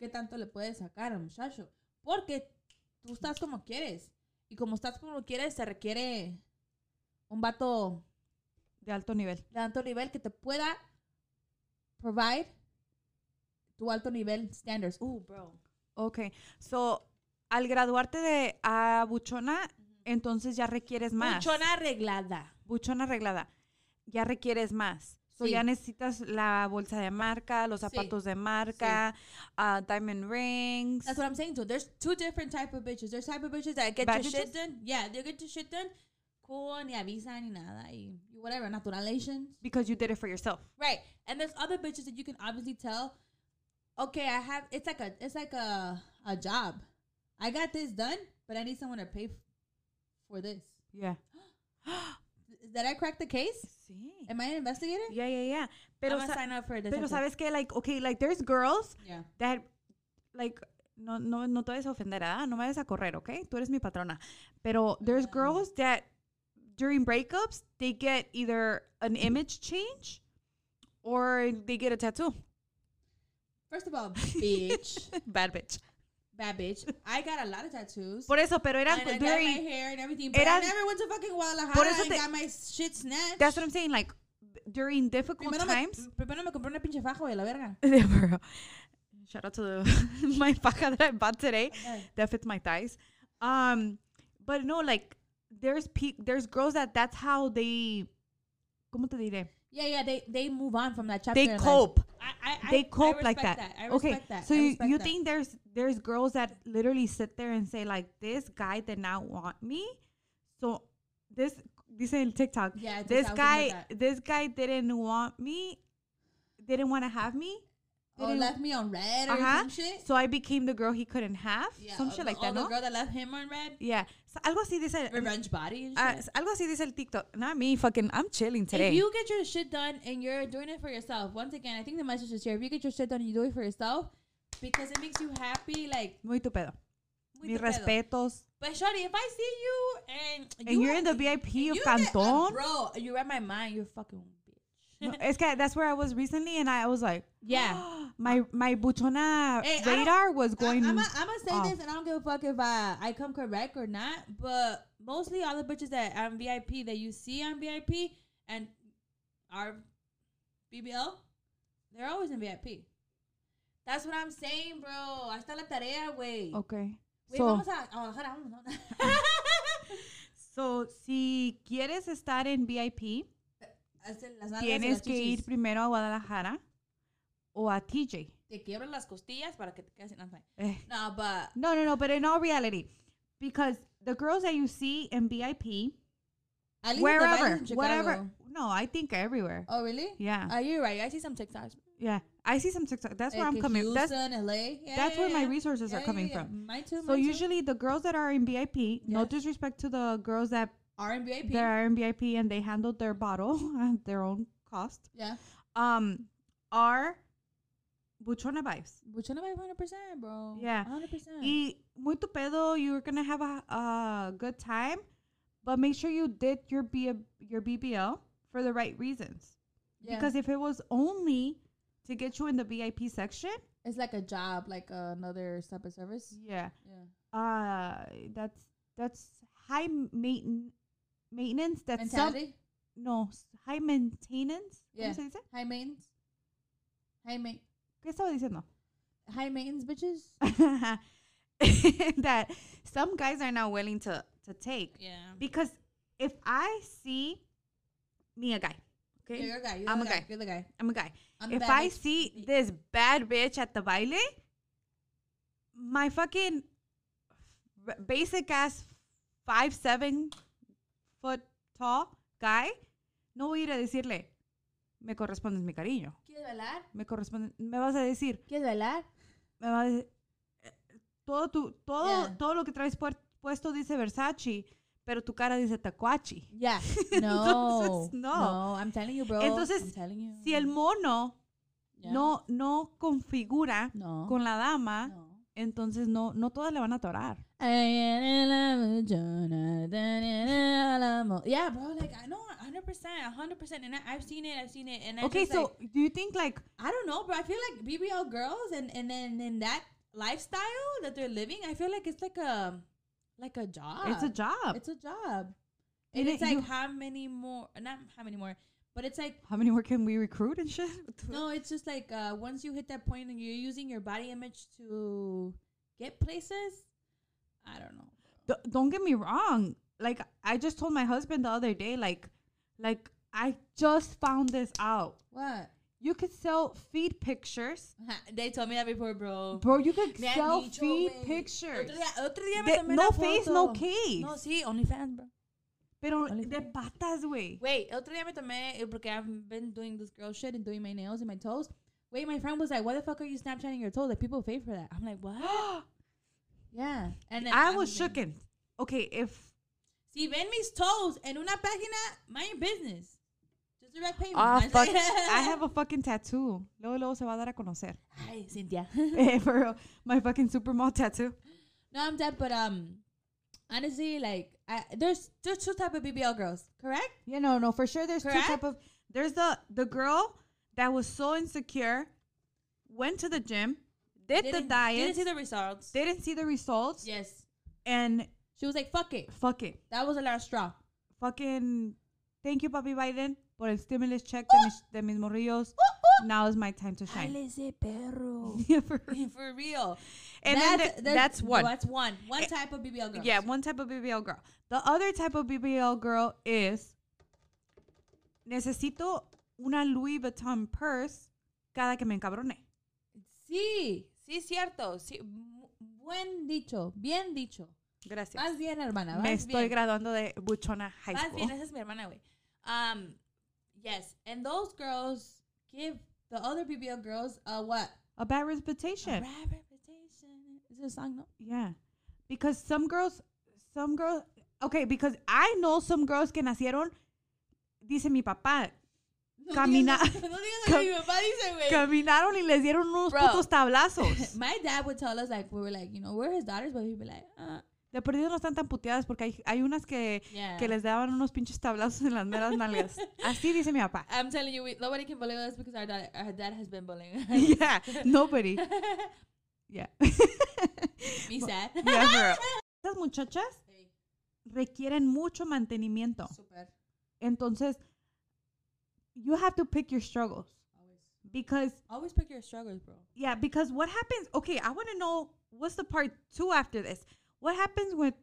Speaker 2: qué tanto le puedes sacar al muchacho. Porque tú estás como quieres. Y como estás como quieres, se requiere un vato
Speaker 3: De alto nivel.
Speaker 2: de alto nivel que te pueda provide tu alto nivel standards. Ooh, Uh, bro.
Speaker 3: Okay. So, al graduarte de a buchona, entonces ya requieres más.
Speaker 2: Muchona arreglada.
Speaker 3: Buchona arreglada. Ya requieres más. So,
Speaker 2: Sí.
Speaker 3: ya necesitas la bolsa de marca, los
Speaker 2: Sí.
Speaker 3: zapatos de marca, ah, diamond rings.
Speaker 2: That's what I'm saying. So there's two different type of bitches. There's type of bitches that get
Speaker 3: Bad
Speaker 2: your
Speaker 3: bitches?
Speaker 2: shit done. Yeah, they get your shit done. Cool, ni avisa ni nada, y y whatever, naturalations.
Speaker 3: because you did it for yourself.
Speaker 2: Right. And there's other bitches that you can obviously tell, okay, I have it's like a it's like a a job. I got this done, but I need someone to pay f- for this.
Speaker 3: Yeah.
Speaker 2: Did I crack the case?
Speaker 3: Sí.
Speaker 2: Am I an investigator?
Speaker 3: Yeah, yeah, yeah.
Speaker 2: Pero
Speaker 3: Pero,
Speaker 2: I'm gonna
Speaker 3: sa-
Speaker 2: sign up for this.
Speaker 3: pero sabes que like okay, like there's girls
Speaker 2: Yeah.
Speaker 3: that like no no no te vayas a ofender, ¿ah? no me vayas a correr, ¿ok? Tú eres mi patrona. Pero there's girls that during breakups they get either an image change or they get a tattoo.
Speaker 2: First of all, bitch,
Speaker 3: Bad bitch.
Speaker 2: bad bitch. I got a lot of tattoos.
Speaker 3: Por eso, pero eran
Speaker 2: and I got my
Speaker 3: during
Speaker 2: hair and everything, but I
Speaker 3: eran-
Speaker 2: never went to fucking
Speaker 3: Por
Speaker 2: Guadalajara
Speaker 3: eso
Speaker 2: and
Speaker 3: te-
Speaker 2: got my shit snatched.
Speaker 3: That's what I'm saying like during difficult
Speaker 2: primero
Speaker 3: times.
Speaker 2: Me, primero me compré una pinche faja de la verga.
Speaker 3: Yeah, for real. Shout out to the, my faja that I bought today.
Speaker 2: Okay.
Speaker 3: That fits my thighs. Um, but no, like there's pe- there's girls that that's how they. ¿Cómo te diré?
Speaker 2: Yeah, yeah, they they move on from that chapter.
Speaker 3: They
Speaker 2: in life.
Speaker 3: cope.
Speaker 2: I, I, I-
Speaker 3: They
Speaker 2: I
Speaker 3: cope like that.
Speaker 2: respect I respect
Speaker 3: okay,
Speaker 2: that.
Speaker 3: so
Speaker 2: I
Speaker 3: you,
Speaker 2: respect
Speaker 3: you
Speaker 2: that.
Speaker 3: think there's there's girls that literally sit there and say like, this guy did not want me, so this this in TikTok.
Speaker 2: Yeah, I think
Speaker 3: this
Speaker 2: I was thinking
Speaker 3: guy
Speaker 2: about that.
Speaker 3: this guy didn't want me, didn't want to have me,
Speaker 2: Oh,
Speaker 3: Didn't-
Speaker 2: left me on red or
Speaker 3: Ajá.
Speaker 2: some shit.
Speaker 3: So I became the girl he couldn't have. some
Speaker 2: oh,
Speaker 3: shit
Speaker 2: the-
Speaker 3: like
Speaker 2: oh,
Speaker 3: that,
Speaker 2: the
Speaker 3: no?
Speaker 2: girl that left him on red.
Speaker 3: Yeah. So algo así dice.
Speaker 2: Revenge body. And
Speaker 3: Ah,
Speaker 2: shit.
Speaker 3: algo así dice el TikTok. Not me, fucking. I'm chilling today.
Speaker 2: If you get your shit done and you're doing it for yourself, once again, I think the message is here. If you get your shit done and you do it for yourself, because it makes you happy, like
Speaker 3: Muy tu pedo.
Speaker 2: muy
Speaker 3: Mis
Speaker 2: tu pedo.
Speaker 3: respetos.
Speaker 2: But Shorty, if I see you and
Speaker 3: And
Speaker 2: you
Speaker 3: you're
Speaker 2: are-
Speaker 3: in the VIP
Speaker 2: you
Speaker 3: of
Speaker 2: get-
Speaker 3: Canton.
Speaker 2: bro, you read my mind. You're fucking bitch.
Speaker 3: No, es que that's where I was recently, and I was like,
Speaker 2: yeah. Ah.
Speaker 3: my my buchona
Speaker 2: Hey, I don't-
Speaker 3: radar was going.
Speaker 2: I, am gonna say
Speaker 3: off.
Speaker 2: this, and I don't give a fuck if I, I come correct or not. But mostly all the bitches that I'm VIP that you see on VIP and are BBL, they're always in VIP. That's what I'm saying, bro. Hasta la tarea, way.
Speaker 3: okay.
Speaker 2: Wait,
Speaker 3: so,
Speaker 2: vamos a. Oh, hold on, hold on.
Speaker 3: so si quieres estar en VIP,
Speaker 2: Hacen las nalgas y
Speaker 3: tienes
Speaker 2: las
Speaker 3: que ir
Speaker 2: chichis.
Speaker 3: primero a Guadalajara o a TJ.
Speaker 2: Te quiebran las costillas para que te quedes sin I'm sorry.
Speaker 3: Eh.
Speaker 2: No, but
Speaker 3: No, no, no. But in all reality, because the girls that you see in VIP,
Speaker 2: at least the
Speaker 3: wherever,
Speaker 2: Vines in
Speaker 3: whatever.
Speaker 2: Chicago.
Speaker 3: No, I think everywhere.
Speaker 2: Oh, really?
Speaker 3: Yeah.
Speaker 2: Are you right? I see some TikToks.
Speaker 3: Yeah, I see some TikTok. That's where
Speaker 2: Like
Speaker 3: I'm
Speaker 2: in
Speaker 3: coming.
Speaker 2: Houston,
Speaker 3: That's
Speaker 2: LA. Yeah,
Speaker 3: that's
Speaker 2: yeah,
Speaker 3: where my
Speaker 2: yeah.
Speaker 3: resources
Speaker 2: Yeah,
Speaker 3: are
Speaker 2: yeah,
Speaker 3: coming
Speaker 2: yeah.
Speaker 3: from.
Speaker 2: Mine too.
Speaker 3: So
Speaker 2: mine too.
Speaker 3: usually the girls that are in VIP, no
Speaker 2: Yes.
Speaker 3: disrespect to the girls that
Speaker 2: are in VIP.
Speaker 3: that are in VIP and they handled their bottle at their own cost.
Speaker 2: Yeah.
Speaker 3: Um, are buchona vibes.
Speaker 2: Which one am I? Hundred percent, bro.
Speaker 3: Yeah. E
Speaker 2: Hundred percent.
Speaker 3: Y muy tu pedo, you're gonna have a, a good time, but make sure you did your B, your BBL for the right reasons. Because if it was only to get you in the VIP section,
Speaker 2: it's like a job, like uh, another type of service.
Speaker 3: yeah,
Speaker 2: Yeah.
Speaker 3: uh, that's that's high mainten maintenance. That's some,
Speaker 2: Mentality.
Speaker 3: no s- high maintenance.
Speaker 2: Yeah.
Speaker 3: ¿Cómo se dice?
Speaker 2: High maintenance. High ma-
Speaker 3: ¿Qué estaba diciendo?
Speaker 2: High maintenance, bitches.
Speaker 3: that some guys are not willing to to take
Speaker 2: Yeah.
Speaker 3: because if I see me a guy, okay,
Speaker 2: You're a guy. You're
Speaker 3: I'm
Speaker 2: the
Speaker 3: a guy.
Speaker 2: You're the guy.
Speaker 3: I'm a guy.
Speaker 2: I'm the
Speaker 3: if
Speaker 2: bad
Speaker 3: I
Speaker 2: bitch.
Speaker 3: see this bad bitch at the baile, my fucking r- basic ass five seven foot tall guy, no voy a ir a decirle, me correspondes mi cariño,
Speaker 2: ¿Quieres bailar?
Speaker 3: me corresponde, me vas a decir,
Speaker 2: ¿Quieres bailar?
Speaker 3: me va a decir, eh, todo tu, todo,
Speaker 2: Yeah.
Speaker 3: todo lo que traes puer- puesto dice Versace, pero tu cara dice Tacuachi.
Speaker 2: Yeah. No.
Speaker 3: Entonces, no.
Speaker 2: I'm telling you, bro.
Speaker 3: Entonces,
Speaker 2: I'm telling you.
Speaker 3: Si el mono
Speaker 2: Yeah.
Speaker 3: no, no configura
Speaker 2: No.
Speaker 3: con la dama,
Speaker 2: no.
Speaker 3: entonces no, no todas le van a atorar.
Speaker 2: I am in love with Jonathan and Alamo. Yeah, bro. Like I know, hundred percent, hundred percent. And I, I've seen it. I've seen it. And I
Speaker 3: okay,
Speaker 2: just, like,
Speaker 3: so do you think like
Speaker 2: I don't know, bro. I feel like BBL girls and and then in that lifestyle that they're living, I feel like it's like a like a job.
Speaker 3: it's a job?
Speaker 2: ah, It's a job.
Speaker 3: And
Speaker 2: And it's
Speaker 3: it-
Speaker 2: like
Speaker 3: you-
Speaker 2: how many more? Not how many more, but it's like
Speaker 3: How many more can we recruit and shit?
Speaker 2: no, it's just like uh, once you hit that point and you're using your body image to get places. I don't know.
Speaker 3: D- don't get me wrong. Like I just told my husband the other day, like, like I just found this out.
Speaker 2: What?
Speaker 3: You could sell feed pictures
Speaker 2: They told me that before, bro.
Speaker 3: Bro, you could
Speaker 2: Me han
Speaker 3: sell
Speaker 2: dicho,
Speaker 3: feed
Speaker 2: güey.
Speaker 3: pictures.
Speaker 2: Otro día, otro día me
Speaker 3: De-
Speaker 2: tomé
Speaker 3: no
Speaker 2: una
Speaker 3: face,
Speaker 2: foto.
Speaker 3: no case.
Speaker 2: No, sí, OnlyFans, bro.
Speaker 3: Pero
Speaker 2: Only
Speaker 3: de patas, güey.
Speaker 2: Wait, otro día me tomé, eh, porque I've been doing this girl shit and doing my nails and my toes. Wait, my friend was like, why the fuck are you Snapchatting your toes? Like, people pay for that. I'm like, what? yeah. And then
Speaker 3: I
Speaker 2: I'm
Speaker 3: was
Speaker 2: like,
Speaker 3: shooken. Okay, if
Speaker 2: Si ven mis toes en una página, mind your business. Just direct payment.
Speaker 3: ah
Speaker 2: I
Speaker 3: fuck,
Speaker 2: say-
Speaker 3: I have a fucking tattoo. Luego, luego se va a dar a conocer.
Speaker 2: Ay, Cynthia.
Speaker 3: Eh, For real, my fucking supermall tattoo.
Speaker 2: no, I'm dead, but um, honestly, like, I, there's, there's two type of BBL girls, correct?
Speaker 3: Yeah, no, no, for sure. There's
Speaker 2: Correct?
Speaker 3: two type of. There's the the girl that was so insecure, went to the gym, did the diet,
Speaker 2: Didn't see the results.
Speaker 3: didn't see the results,
Speaker 2: yes.
Speaker 3: and
Speaker 2: She was like, fuck it.
Speaker 3: fuck it,
Speaker 2: That was the last straw.
Speaker 3: fucking thank you, Papi Biden, por el stimulus check de mis, de mis morrillos. Now is my time to shine. Yeah, for real.
Speaker 2: For real.
Speaker 3: and then the- that's one. Eh,
Speaker 2: That's one. One type of BBL girl.
Speaker 3: yeah, one type of BBL girl. The other type of BBL girl is necesito una Louis Vuitton purse cada que me encabrone.
Speaker 2: Sí, sí, cierto. Sí. mu- Buen dicho. Bien dicho.
Speaker 3: Gracias.
Speaker 2: Vas bien, hermana. Vas
Speaker 3: Me estoy
Speaker 2: bien.
Speaker 3: graduando de Buchona High
Speaker 2: Vas bien.
Speaker 3: School.
Speaker 2: Esa es mi hermana, güey. Um, yes. And those girls give the other BBL girls a what?
Speaker 3: a bad reputation.
Speaker 2: Bad reputation. Is it a song? No.
Speaker 3: Yeah. Because some girls, some girls, okay, because I know some girls que nacieron, dice mi papá,
Speaker 2: No
Speaker 3: Camina-
Speaker 2: digas- No digas lo que mi papá dice, güey.
Speaker 3: caminaron y les dieron unos
Speaker 2: Bro.
Speaker 3: putos tablazos.
Speaker 2: My dad would tell us like we were like you know we're his daughters, but he'd be like, uh,
Speaker 3: De perdido no están tan puteadas porque hay, hay unas que,
Speaker 2: yeah.
Speaker 3: que les daban unos pinches tablazos en las meras nalgas. Así dice mi papá.
Speaker 2: I'm telling you, we, nobody can bully us because our dad, our dad has been bullying us.
Speaker 3: Yeah, nobody. Yeah.
Speaker 2: Me sad.
Speaker 3: Yeah, girl. Estas muchachas requieren mucho mantenimiento.
Speaker 2: Super.
Speaker 3: Entonces, you have to pick your struggles
Speaker 2: Always.
Speaker 3: because
Speaker 2: Always pick your struggles, bro.
Speaker 3: Yeah, because what happens? Okay, I want to know what's the part two after this. What happens with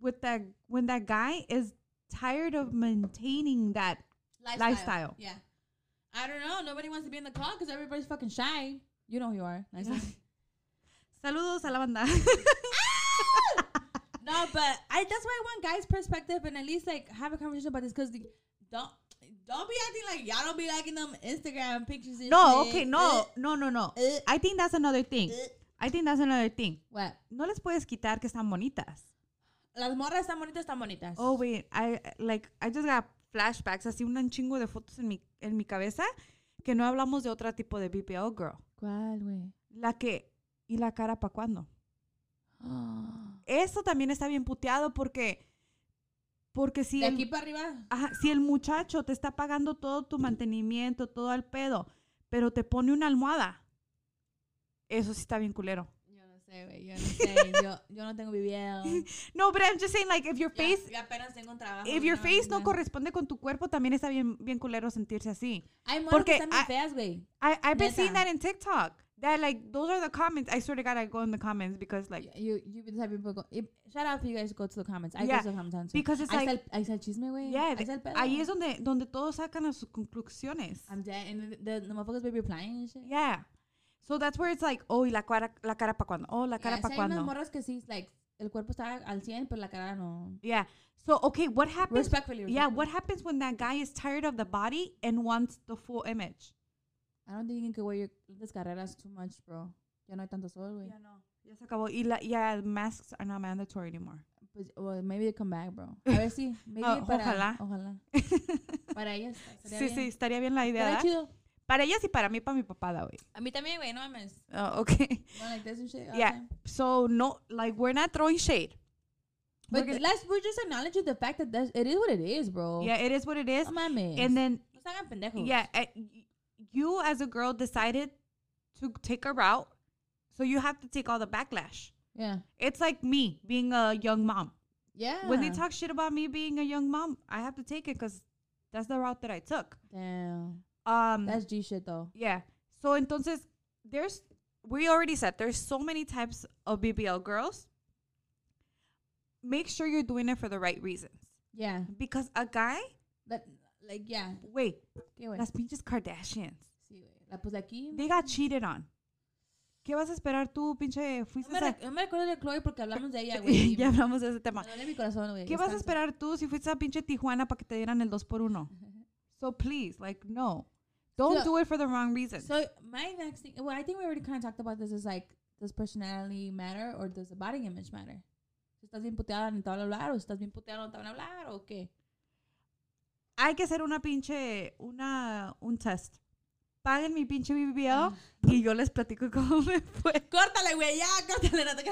Speaker 3: with that when that guy is tired of maintaining that? Lifestyle.
Speaker 2: Yeah. I don't know. Nobody wants to be in the call because everybody's fucking shy. You know who you are. Nice.
Speaker 3: Saludos a la banda.
Speaker 2: no, but I that's why I want guys' perspective and at least like have a conversation about this because don't don't be acting like y'all don't be liking them Instagram pictures. And
Speaker 3: no,
Speaker 2: shit.
Speaker 3: okay, no, no, no, no.
Speaker 2: Eh.
Speaker 3: I think that's another thing.
Speaker 2: Eh.
Speaker 3: I think that's another thing.
Speaker 2: What?
Speaker 3: No les puedes quitar que están bonitas.
Speaker 2: Las morras están bonitas, están bonitas.
Speaker 3: Oh wait, I like I just got flashbacks. Así un chingo de fotos en mi en mi cabeza que no hablamos de otro tipo de BPO girl.
Speaker 2: ¿Cuál, güey?
Speaker 3: La que y la cara para cuándo. eso también está bien puteado porque porque si
Speaker 2: De aquí
Speaker 3: el,
Speaker 2: para arriba.
Speaker 3: ajá, si el muchacho te está pagando todo tu mantenimiento, todo el pedo, pero te pone una almohada, eso sí está bien culero.
Speaker 2: Yo no sé, güey. Yo no sé. yo, yo no tengo video.
Speaker 3: No, but I'm just saying like if your
Speaker 2: Ya,
Speaker 3: face
Speaker 2: ya apenas tengo un trabajo.
Speaker 3: if your
Speaker 2: no,
Speaker 3: face no
Speaker 2: ya.
Speaker 3: corresponde con tu cuerpo, también está bien bien culero sentirse así.
Speaker 2: Hay morras que
Speaker 3: Porque
Speaker 2: están bien
Speaker 3: I-
Speaker 2: feas, güey.
Speaker 3: I I've been seeing
Speaker 2: Neta.
Speaker 3: that in TikTok. That like those are the comments. I swear to God, I go in the comments because like
Speaker 2: You, you be the type of people go, if, shout out if you guys go to the comments. I
Speaker 3: Yeah,
Speaker 2: go to the comments on
Speaker 3: because it's
Speaker 2: I
Speaker 3: like-
Speaker 2: I said chisme, güey.
Speaker 3: yeah,
Speaker 2: I said pedo.
Speaker 3: ahí es donde donde todos sacan a sus conclusiones.
Speaker 2: I'm dead. And the, the, the motherfuckers be replying and shit.
Speaker 3: Yeah. So that's where it's like, oh, y la cara, la cara pa' cuando. Oh, la cara
Speaker 2: Yeah,
Speaker 3: pa'
Speaker 2: sí hay unas
Speaker 3: cuando.
Speaker 2: morras que sí, like, el cuerpo está al 100, pero la cara no.
Speaker 3: Yeah. So, okay, what happens?
Speaker 2: Respectfully,
Speaker 3: Pues, Yeah,
Speaker 2: respectfully.
Speaker 3: what happens when that guy is tired of the body and wants the full image?
Speaker 2: I don't think you can wear your, las carreras too much, bro. Ya no hay tanto sol, güey.
Speaker 3: no. Ya se acabó. Y la, yeah, masks are not mandatory anymore.
Speaker 2: Pues, well, maybe they come back, bro. A ver si. Maybe
Speaker 3: Ah,
Speaker 2: para,
Speaker 3: ojalá.
Speaker 2: Ojalá. Para ellas. estaría
Speaker 3: Sí,
Speaker 2: bien.
Speaker 3: sí, estaría bien la idea.
Speaker 2: Estaría
Speaker 3: ¿verdad?
Speaker 2: chido.
Speaker 3: Para ellas y para mí, para mi papá, that way.
Speaker 2: A mí también, güey, no mames.
Speaker 3: Oh, okay.
Speaker 2: Going like this and shit. all the
Speaker 3: Yeah.
Speaker 2: time.
Speaker 3: So, no, like, we're not throwing shade.
Speaker 2: But
Speaker 3: Porque-
Speaker 2: let's we just acknowledge the fact that that's, it is what it is, bro.
Speaker 3: Yeah, it is what it is.
Speaker 2: No mames.
Speaker 3: And then
Speaker 2: no se hagan pendejos.
Speaker 3: Yeah, a- y- you as a girl decided to take a route, so you have to take all the backlash.
Speaker 2: Yeah.
Speaker 3: It's like me being a young mom.
Speaker 2: Yeah.
Speaker 3: When they talk shit about me being a young mom, I have to take it because that's the route that I took.
Speaker 2: Damn.
Speaker 3: Um,
Speaker 2: That's G shit though.
Speaker 3: yeah. So entonces, there's we already said there's so many types of BBL girls. Make sure you're doing it for the right reasons
Speaker 2: Yeah.
Speaker 3: because a guy,
Speaker 2: That like yeah.
Speaker 3: wait,
Speaker 2: ¿Qué güey?
Speaker 3: las pinches Kardashians.
Speaker 2: Sí, güey. La puse aquí.
Speaker 3: They got cheated on. ¿Qué vas a esperar tú, pinche?
Speaker 2: No
Speaker 3: Fuiste
Speaker 2: me,
Speaker 3: a...
Speaker 2: rec- no me recuerdo de Chloe porque hablamos de ella, güey.
Speaker 3: ya hablamos de ese
Speaker 2: Me
Speaker 3: tema.
Speaker 2: duele mi corazón, güey.
Speaker 3: ¿Qué vas a
Speaker 2: Descansa.
Speaker 3: esperar tú si fuiste a pinche Tijuana para que te dieran el 2 por 1 So please, like, no. Don't
Speaker 2: So-
Speaker 3: do it for the wrong reason.
Speaker 2: So my next thing, well, I think we already kind of talked about this. Is like, does personality matter or does the body image matter? Si estás bien puteada, no te van a hablar, o si estás bien puteada, no te van a hablar, o qué?
Speaker 3: Hay que hacer una pinche, una, un test. Paguen mi pinche BBL
Speaker 2: Ah.
Speaker 3: y yo les platico cómo me fue.
Speaker 2: Córtale, güey, ya, córtale, no te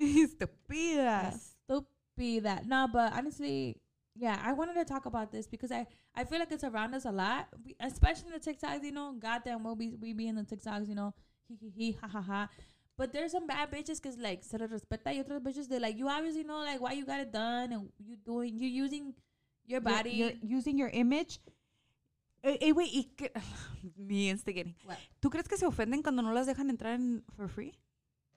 Speaker 2: creas.
Speaker 3: Estúpida.
Speaker 2: Estúpida. No, but honestly, yeah, I wanted to talk about this because I, I feel like it's around us a lot, we, especially the TikToks, you know. Goddamn, we'll be, we be in the TikToks, you know. He, he, he, ha, ha, ha. But there's some bad bitches because, like, se les respeta y otras bitches, they're like, you obviously know, like, why you got it done and you doing, you're using your
Speaker 3: You're-
Speaker 2: body.
Speaker 3: You're, using your image. Eh, eh, güey, y que- me instigating.
Speaker 2: What?
Speaker 3: ¿Tú crees que se ofenden cuando no las dejan entrar en for free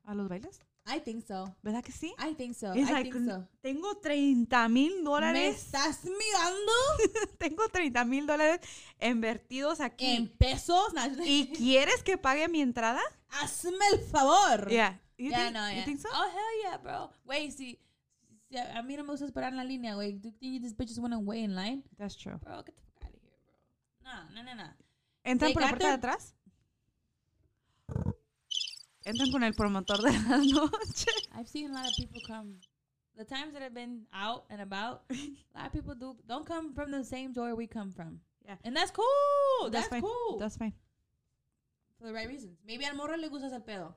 Speaker 3: a los bailes?
Speaker 2: I think so.
Speaker 3: ¿Verdad que sí?
Speaker 2: I think so.
Speaker 3: It's
Speaker 2: Ah, I
Speaker 3: like,
Speaker 2: think so.
Speaker 3: Tengo 30 mil
Speaker 2: ¿Me
Speaker 3: dólares.
Speaker 2: estás mirando
Speaker 3: Tengo 30 mil dólares invertidos aquí.
Speaker 2: en pesos? Nah,
Speaker 3: ¿Y quieres que pague mi entrada?
Speaker 2: Hazme el favor.
Speaker 3: Yeah. You
Speaker 2: yeah,
Speaker 3: think,
Speaker 2: no, yeah.
Speaker 3: You think so?
Speaker 2: Oh hell yeah, bro. Wait, see, see, a mí no me gusta esperar en la línea, güey. Do you think these bitches wanna wait in line?
Speaker 3: That's true.
Speaker 2: Bro, get the fuck out of here, bro. No, no, no, no.
Speaker 3: ¿Entran
Speaker 2: They
Speaker 3: por la
Speaker 2: got
Speaker 3: puerta de
Speaker 2: their-
Speaker 3: atrás? entran con el promotor de las noches.
Speaker 2: I've seen a lot of people come. The times that I've been out and about, a lot of people do don't come from the same door we come from.
Speaker 3: Yeah.
Speaker 2: and that's cool. That's,
Speaker 3: That's fine.
Speaker 2: cool
Speaker 3: That's fine.
Speaker 2: for the right reasons. Maybe al morro le gusta hacer pedo.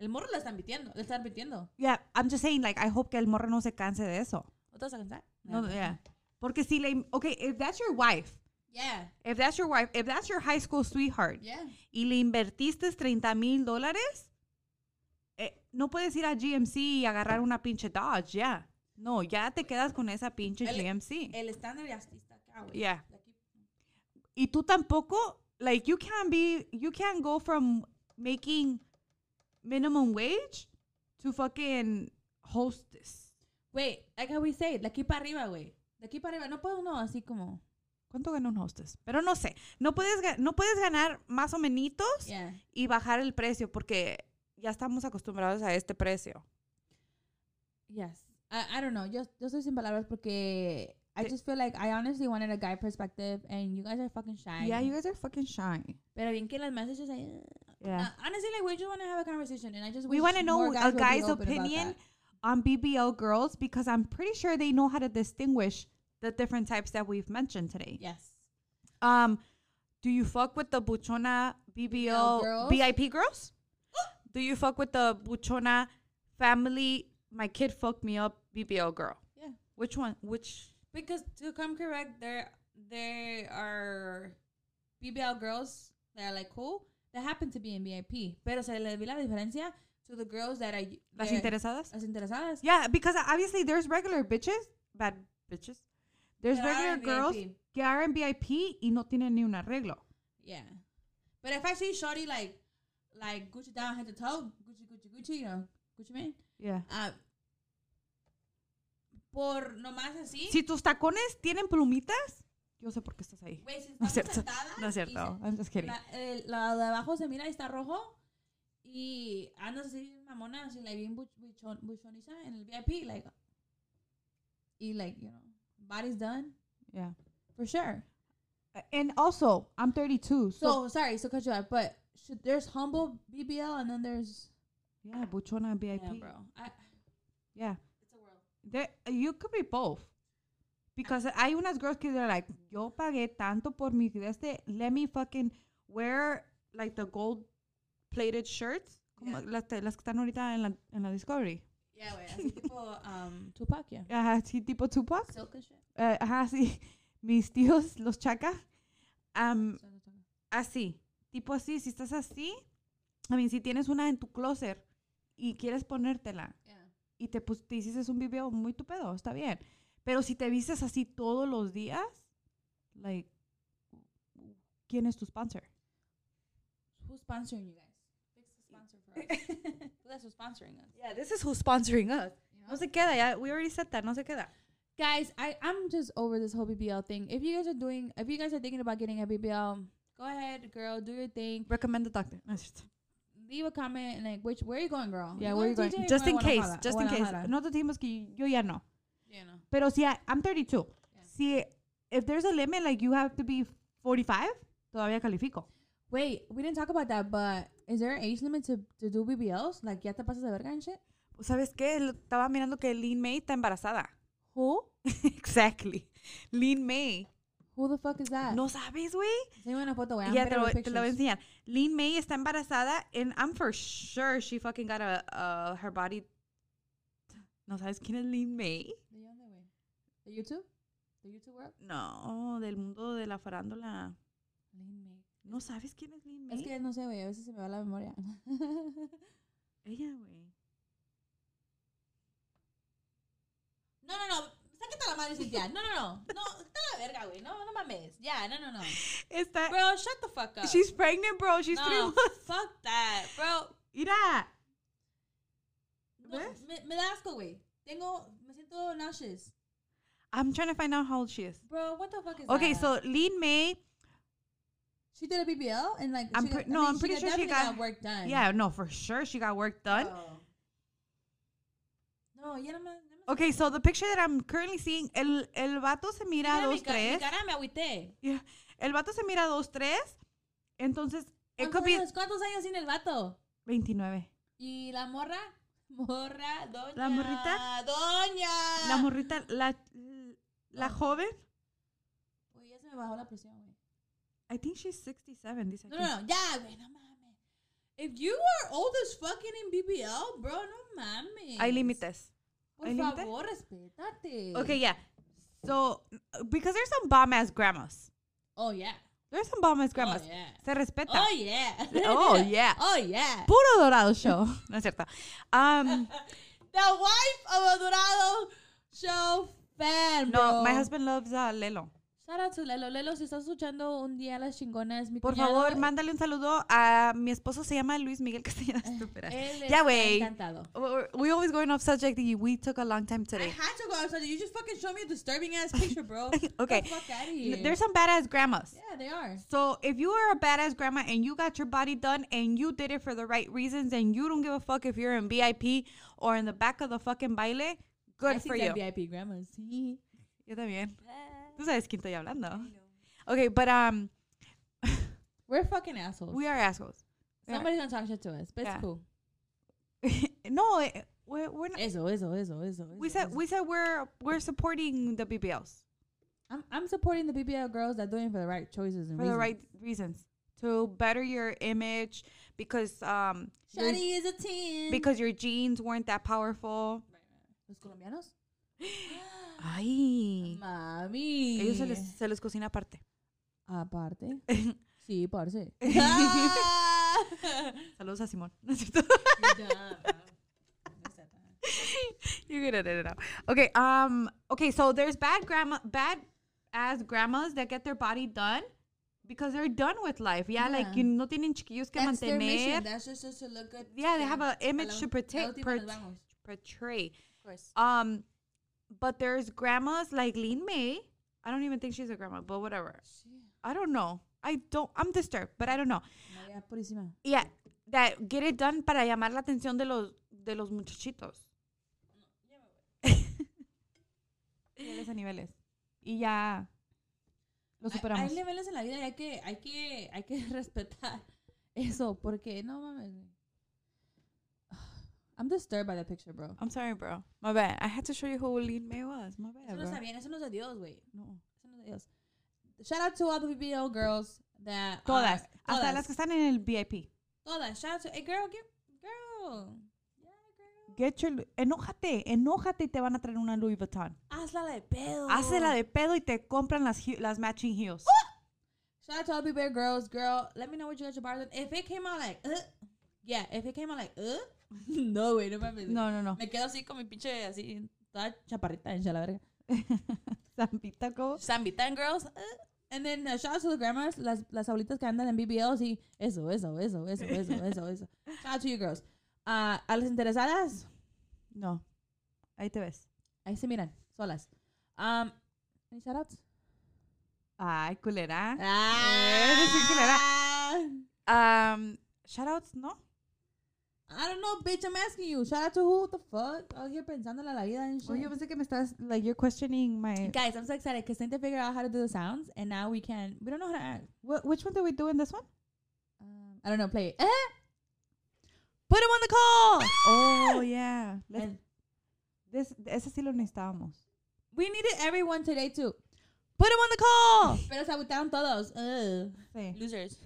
Speaker 2: El morro le están metiendo, le están metiendo.
Speaker 3: Yeah, I'm just saying, like, I hope que el morro no se canse de eso.
Speaker 2: ¿No te vas a cansar?
Speaker 3: No, yeah. Porque si le, okay, if that's your wife,
Speaker 2: Yeah,
Speaker 3: if that's your wife, if that's your high school sweetheart,
Speaker 2: yeah.
Speaker 3: y le invertiste 30 mil dólares, eh, no puedes ir a GMC y agarrar una pinche Dodge, ya. No, ya te quedas con esa pinche
Speaker 2: El- eh,
Speaker 3: GMC.
Speaker 2: El estándar ya está acá, güey.
Speaker 3: Yeah.
Speaker 2: De aquí.
Speaker 3: y tú tampoco, like, you can't be, you can't go from making minimum wage to fucking hostess.
Speaker 2: Wait, like how we say, de aquí para arriba, güey. De aquí para arriba. No puede uno así como.
Speaker 3: ¿Cuánto gana un hostess? Pero no sé, no puedes, ga- no puedes ganar más o menitos
Speaker 2: Yeah.
Speaker 3: y bajar el precio porque ya estamos acostumbrados a este precio.
Speaker 2: Yes. I, I don't know. Yo, yo soy sin palabras porque I
Speaker 3: Te-
Speaker 2: just feel like I honestly wanted a guy perspective and you guys are fucking shy.
Speaker 3: Yeah, you guys are fucking shy.
Speaker 2: Pero bien que las messages. ahí,
Speaker 3: Yeah.
Speaker 2: uh, honestly, like, we just want to have a conversation and I just
Speaker 3: We
Speaker 2: wish
Speaker 3: want to know
Speaker 2: more
Speaker 3: a
Speaker 2: would be
Speaker 3: guy's
Speaker 2: open about
Speaker 3: opinion
Speaker 2: that.
Speaker 3: on BBL girls because I'm pretty sure they know how to distinguish the different types that we've mentioned today.
Speaker 2: Yes.
Speaker 3: Um, do you fuck with the buchona
Speaker 2: BBL
Speaker 3: BBL
Speaker 2: girls?
Speaker 3: VIP girls? do you fuck with the buchona family? My kid fucked me up BBL girl.
Speaker 2: Yeah.
Speaker 3: Which one? Which?
Speaker 2: Because to come correct, there there are BBL girls that are like cool that happen to be in VIP. Pero se le vi la diferencia to the girls that are
Speaker 3: Las
Speaker 2: that-
Speaker 3: interesadas?
Speaker 2: las interesadas.
Speaker 3: Yeah, because obviously there's regular bitches, bad bitches. There's
Speaker 2: That are
Speaker 3: regular
Speaker 2: in
Speaker 3: girls
Speaker 2: VIP.
Speaker 3: que are in VIP y no tienen ni un arreglo.
Speaker 2: Yeah. But if I see Shorty like like Gucci down head to toe, Gucci, Gucci, Gucci, you know, Gucci man.
Speaker 3: Yeah.
Speaker 2: Uh, por nomás así.
Speaker 3: Si tus tacones tienen plumitas, yo sé por qué estás ahí.
Speaker 2: Güey, si
Speaker 3: No
Speaker 2: estamos
Speaker 3: es cierto.
Speaker 2: sentadas
Speaker 3: No es
Speaker 2: y
Speaker 3: cierto. I'm just
Speaker 2: se-
Speaker 3: kidding.
Speaker 2: La, el- la de abajo se mira y está rojo. Y andas así bien mamona, así like bien buch- buchon, buchoniza en el VIP, like. Y like, you know, body's done.
Speaker 3: Yeah.
Speaker 2: For sure.
Speaker 3: And also, I'm 32.
Speaker 2: So,
Speaker 3: So,
Speaker 2: sorry, so cut you off, but should, there's humble BBL and then there's.
Speaker 3: yeah, buchona
Speaker 2: Yeah,
Speaker 3: VIP.
Speaker 2: bro. I,
Speaker 3: Yeah.
Speaker 2: it's a world.
Speaker 3: There, you could be both. Because hay unas girls que they're like, yo pagué tanto por mi de este, let me fucking wear like the gold plated shirts. Como las, te- las que están ahorita en la, en la Discovery.
Speaker 2: Yeah, güey, así tipo um, Tupac, yeah.
Speaker 3: Ajá, sí, tipo Tupac.
Speaker 2: Silk and shit.
Speaker 3: Eh, ajá, sí. Mis tíos, los chacas. Um,
Speaker 2: So, so-
Speaker 3: así, tipo así, si estás así, a mí si tienes una en tu closet y quieres ponértela
Speaker 2: yeah.
Speaker 3: y te, pus- te hiciste un video muy tu pedo, está bien. Pero si te vistes así todos los días, like, ¿quién es tu sponsor?
Speaker 2: Who's sponsoring you guys? Fix the sponsor for us. Who that's who's sponsoring us?
Speaker 3: Yeah, this is who's sponsoring us.
Speaker 2: you know?
Speaker 3: No se queda, ya, we already said that, no se queda.
Speaker 2: Guys, I, I'm just over this whole BBL thing. If you guys are doing, if you guys are thinking about getting a BBL, go ahead, girl, do your thing.
Speaker 3: Recommend the doctor. No, it's just-
Speaker 2: Leave a comment and like, which, where are you going, girl?
Speaker 3: Yeah, where you going?
Speaker 2: TJ or
Speaker 3: Just in case,
Speaker 2: Guadalajara?
Speaker 3: just in case.
Speaker 2: Guadalajara.
Speaker 3: No te dijimos que yo ya no.
Speaker 2: You know.
Speaker 3: Pero si, I- I'm 32.
Speaker 2: Yeah.
Speaker 3: Si, if there's a limit, like, you have to be 45, todavía califico.
Speaker 2: Wait, we didn't talk about that, but is there an age limit to, to do BBLs? Like, ya te pasas de verga and shit?
Speaker 3: ¿Sabes qué? Lo- Estaba mirando que Lin May está embarazada. ¿Who? exactly. Lin May.
Speaker 2: Who the fuck is that?
Speaker 3: ¿No sabes, güey?
Speaker 2: Send me una foto, güey. I'm
Speaker 3: Ya
Speaker 2: better
Speaker 3: te lo,
Speaker 2: with
Speaker 3: te lo voy a
Speaker 2: pictures.
Speaker 3: enseñar. Lin May está embarazada and I'm for sure she fucking got a, a- her body. ¿No sabes quién es Lin May?
Speaker 2: ¿De dónde, güey? ¿De YouTube? ¿De YouTube World?
Speaker 3: No, del mundo de la farándula.
Speaker 2: Lin May.
Speaker 3: ¿No sabes quién es Lin May?
Speaker 2: Es que no sé, güey, a veces se me va la memoria.
Speaker 3: Ella, güey.
Speaker 2: No, no, no. Sáquete la madre, Cintia. No, no, no. No, está la verga, güey. No, no mames. Ya, no, no, no.
Speaker 3: Está.
Speaker 2: Bro, shut the fuck up.
Speaker 3: she's pregnant, bro. She's three
Speaker 2: no,
Speaker 3: months.
Speaker 2: fuck that, bro.
Speaker 3: Mira.
Speaker 2: No,
Speaker 3: ¿Ves?
Speaker 2: me, me da asco, güey. Tengo, me siento nauseous.
Speaker 3: I'm trying to find out how old she is.
Speaker 2: Bro, what the fuck is
Speaker 3: Okay,
Speaker 2: that?
Speaker 3: so Lin May.
Speaker 2: she did a BBL and like
Speaker 3: I'm
Speaker 2: she got-
Speaker 3: pre- no, I'm pretty sure she
Speaker 2: definitely
Speaker 3: got-
Speaker 2: work done.
Speaker 3: Yeah, no, for sure she got work done.
Speaker 2: Bro. Oh. No, ya no me. no me-
Speaker 3: Okay, so the picture that I'm currently seeing, el, el vato se mira
Speaker 2: Mira, mi
Speaker 3: dos
Speaker 2: ca- mi
Speaker 3: tres.
Speaker 2: cara me agüité.
Speaker 3: Yeah. El vato se mira dos tres. Entonces, it
Speaker 2: ¿Cuántos
Speaker 3: could be
Speaker 2: años- ¿Cuántos años tiene el vato?
Speaker 3: 29.
Speaker 2: Y la morra, morra, doña.
Speaker 3: ¿La morrita?
Speaker 2: Doña.
Speaker 3: La morrita, la,
Speaker 2: Ah.
Speaker 3: la joven,
Speaker 2: Uy, ya se me bajó la presión, güey.
Speaker 3: I think she's 67, dice
Speaker 2: No,
Speaker 3: aquí.
Speaker 2: no, no, ya, güey, no mames. If you are old as fucking in BBL, bro, no mames.
Speaker 3: Hay límites.
Speaker 2: Por
Speaker 3: ¿Hay límite?
Speaker 2: favor, respétate.
Speaker 3: Okay, yeah. So, because there's some bomb ass grandmas.
Speaker 2: Oh, yeah.
Speaker 3: There's some bomb ass grandmas.
Speaker 2: Oh, yeah.
Speaker 3: Se respeta.
Speaker 2: Oh, yeah.
Speaker 3: Oh, yeah.
Speaker 2: Oh, yeah.
Speaker 3: Puro dorado show. No es cierto. Um,
Speaker 2: The wife of a Dorado show fan, bro.
Speaker 3: no, my husband loves uh, Lelo.
Speaker 2: Shout out to Lelo. Lelo, si estás escuchando un día las chingonas, mi
Speaker 3: Por
Speaker 2: cuñado,
Speaker 3: favor, mándale un saludo a mi esposo. Se llama Luis Miguel Castellanos. Estúpida.
Speaker 2: él
Speaker 3: Ya,
Speaker 2: está
Speaker 3: güey.
Speaker 2: Encantado.
Speaker 3: We're- We always going off subject. We took a long time
Speaker 2: I
Speaker 3: today.
Speaker 2: had to go outside. You just fucking showed me a disturbing ass picture, bro. Get the
Speaker 3: Okay.
Speaker 2: fuck out of here.
Speaker 3: There's some badass grandmas.
Speaker 2: yeah, they are.
Speaker 3: So if you are a badass grandma and you got your body done and you did it for the right reasons and you don't give a fuck if you're in VIP or in the back of the fucking baile, good
Speaker 2: I
Speaker 3: for
Speaker 2: think
Speaker 3: you.
Speaker 2: that VIP grandmas. Sí.
Speaker 3: Yo también. Tú sabes quién estoy hablando. Okay, but um,
Speaker 2: We're fucking assholes.
Speaker 3: we are assholes. we are.
Speaker 2: Somebody's gonna talk shit to us, but
Speaker 3: Yeah.
Speaker 2: it's cool.
Speaker 3: no, eh, we're, we're not.
Speaker 2: Eso, eso, eso, eso.
Speaker 3: We
Speaker 2: eso,
Speaker 3: said
Speaker 2: eso.
Speaker 3: we said we're we're supporting the BBLs
Speaker 2: I'm, I'm supporting the BBL girls that doing for the right choices and
Speaker 3: for the
Speaker 2: reasons.
Speaker 3: right reasons to better your image because um your-
Speaker 2: Shadi is a ten.
Speaker 3: because your genes weren't that powerful.
Speaker 2: los colombianos.
Speaker 3: Ay,
Speaker 2: Mami.
Speaker 3: Mm. ellos se les, se les cocina aparte.
Speaker 2: Aparte. Sí, parce.
Speaker 3: Saludos a Simón. No es cierto. You're gonna edit it out. Okay. Um. Okay. So there's bad grandma, bad ass grandmas that get their body done because they're done with life. Yeah. Like
Speaker 2: Yeah.
Speaker 3: you no tienen chiquillos que
Speaker 2: That's their mission.
Speaker 3: mantener.
Speaker 2: That's just, just to look good.
Speaker 3: Yeah, they have
Speaker 2: a
Speaker 3: an image
Speaker 2: la-
Speaker 3: to
Speaker 2: la
Speaker 3: protect,
Speaker 2: última nos
Speaker 3: prot-
Speaker 2: vamos.
Speaker 3: portray.
Speaker 2: Of course.
Speaker 3: Um, but there's grandmas like Lin May. I don't even think she's a grandma, but whatever. I don't know. I don't. I'm disturbed, but I don't know.
Speaker 2: María Purísima.
Speaker 3: Yeah, that get it done para llamar la atención de los de los muchachitos. niveles a niveles. Y ya lo
Speaker 2: Hay-
Speaker 3: superamos.
Speaker 2: Hay niveles en la vida y hay que, hay que, hay que respetar eso porque no mames. güey. I'm disturbed by that picture, bro.
Speaker 3: I'm sorry, bro. My bad. I had to show you who Lin May was. My bad,
Speaker 2: Eso no
Speaker 3: bro.
Speaker 2: está bien, eso no es de Dios, güey.
Speaker 3: No.
Speaker 2: Eso no es de Dios. Shout out to all the BBL girls that
Speaker 3: Todas.
Speaker 2: are-
Speaker 3: Hasta
Speaker 2: Ah, todas,
Speaker 3: las que están en el VIP.
Speaker 2: todas. Shout out to hey girl, get girl. Yeah, girl.
Speaker 3: Get your, Lu- enójate, enójate y te van a traer una Louis Vuitton.
Speaker 2: Hazla de pedo.
Speaker 3: Hazla de pedo y te compran las, he- las matching heels.
Speaker 2: Oh. Shout out to all the BBL girls, girl. Let me know what you got your bars on. If it came out like, uh, yeah, if it came out like, uh, no, güey, no mames.
Speaker 3: No, no, no.
Speaker 2: Me quedo así con mi pinche así, toda chaparrita en la verga.
Speaker 3: Zampita, ¿cómo?
Speaker 2: Zambitan girls. Uh. And then uh, shout out to the grandmas, las, las abuelitas que andan en BBLs y eso, eso, eso, eso, eso, eso, eso. Shout out to you girls. Ah, a las interesadas,
Speaker 3: No. Ahí te ves.
Speaker 2: ahí se miran, solas. Um, any shout outs?
Speaker 3: Ay, culera. eres bien culera.
Speaker 2: Ah,
Speaker 3: Um, shoutouts, ¿no?
Speaker 2: I don't know, bitch, I'm asking you. Shout out to who the fuck? Out here pensando en la vida and shit.
Speaker 3: Oye, yo pensé que me estás, like, you're questioning my...
Speaker 2: Guys, I'm so excited because Cynthia figured out how to do the sounds and now we can, we don't know how to act.
Speaker 3: Wh- which one do we do in this one?
Speaker 2: Um, I don't know, play it. Eh? Put him on the call!
Speaker 3: Oh, yeah. Let's-
Speaker 2: And
Speaker 3: this, ese sí lo necesitábamos.
Speaker 2: we needed everyone today too.
Speaker 3: Put him on the call!
Speaker 2: Pero se agüitaron todos. Ugh.
Speaker 3: Sí.
Speaker 2: Losers.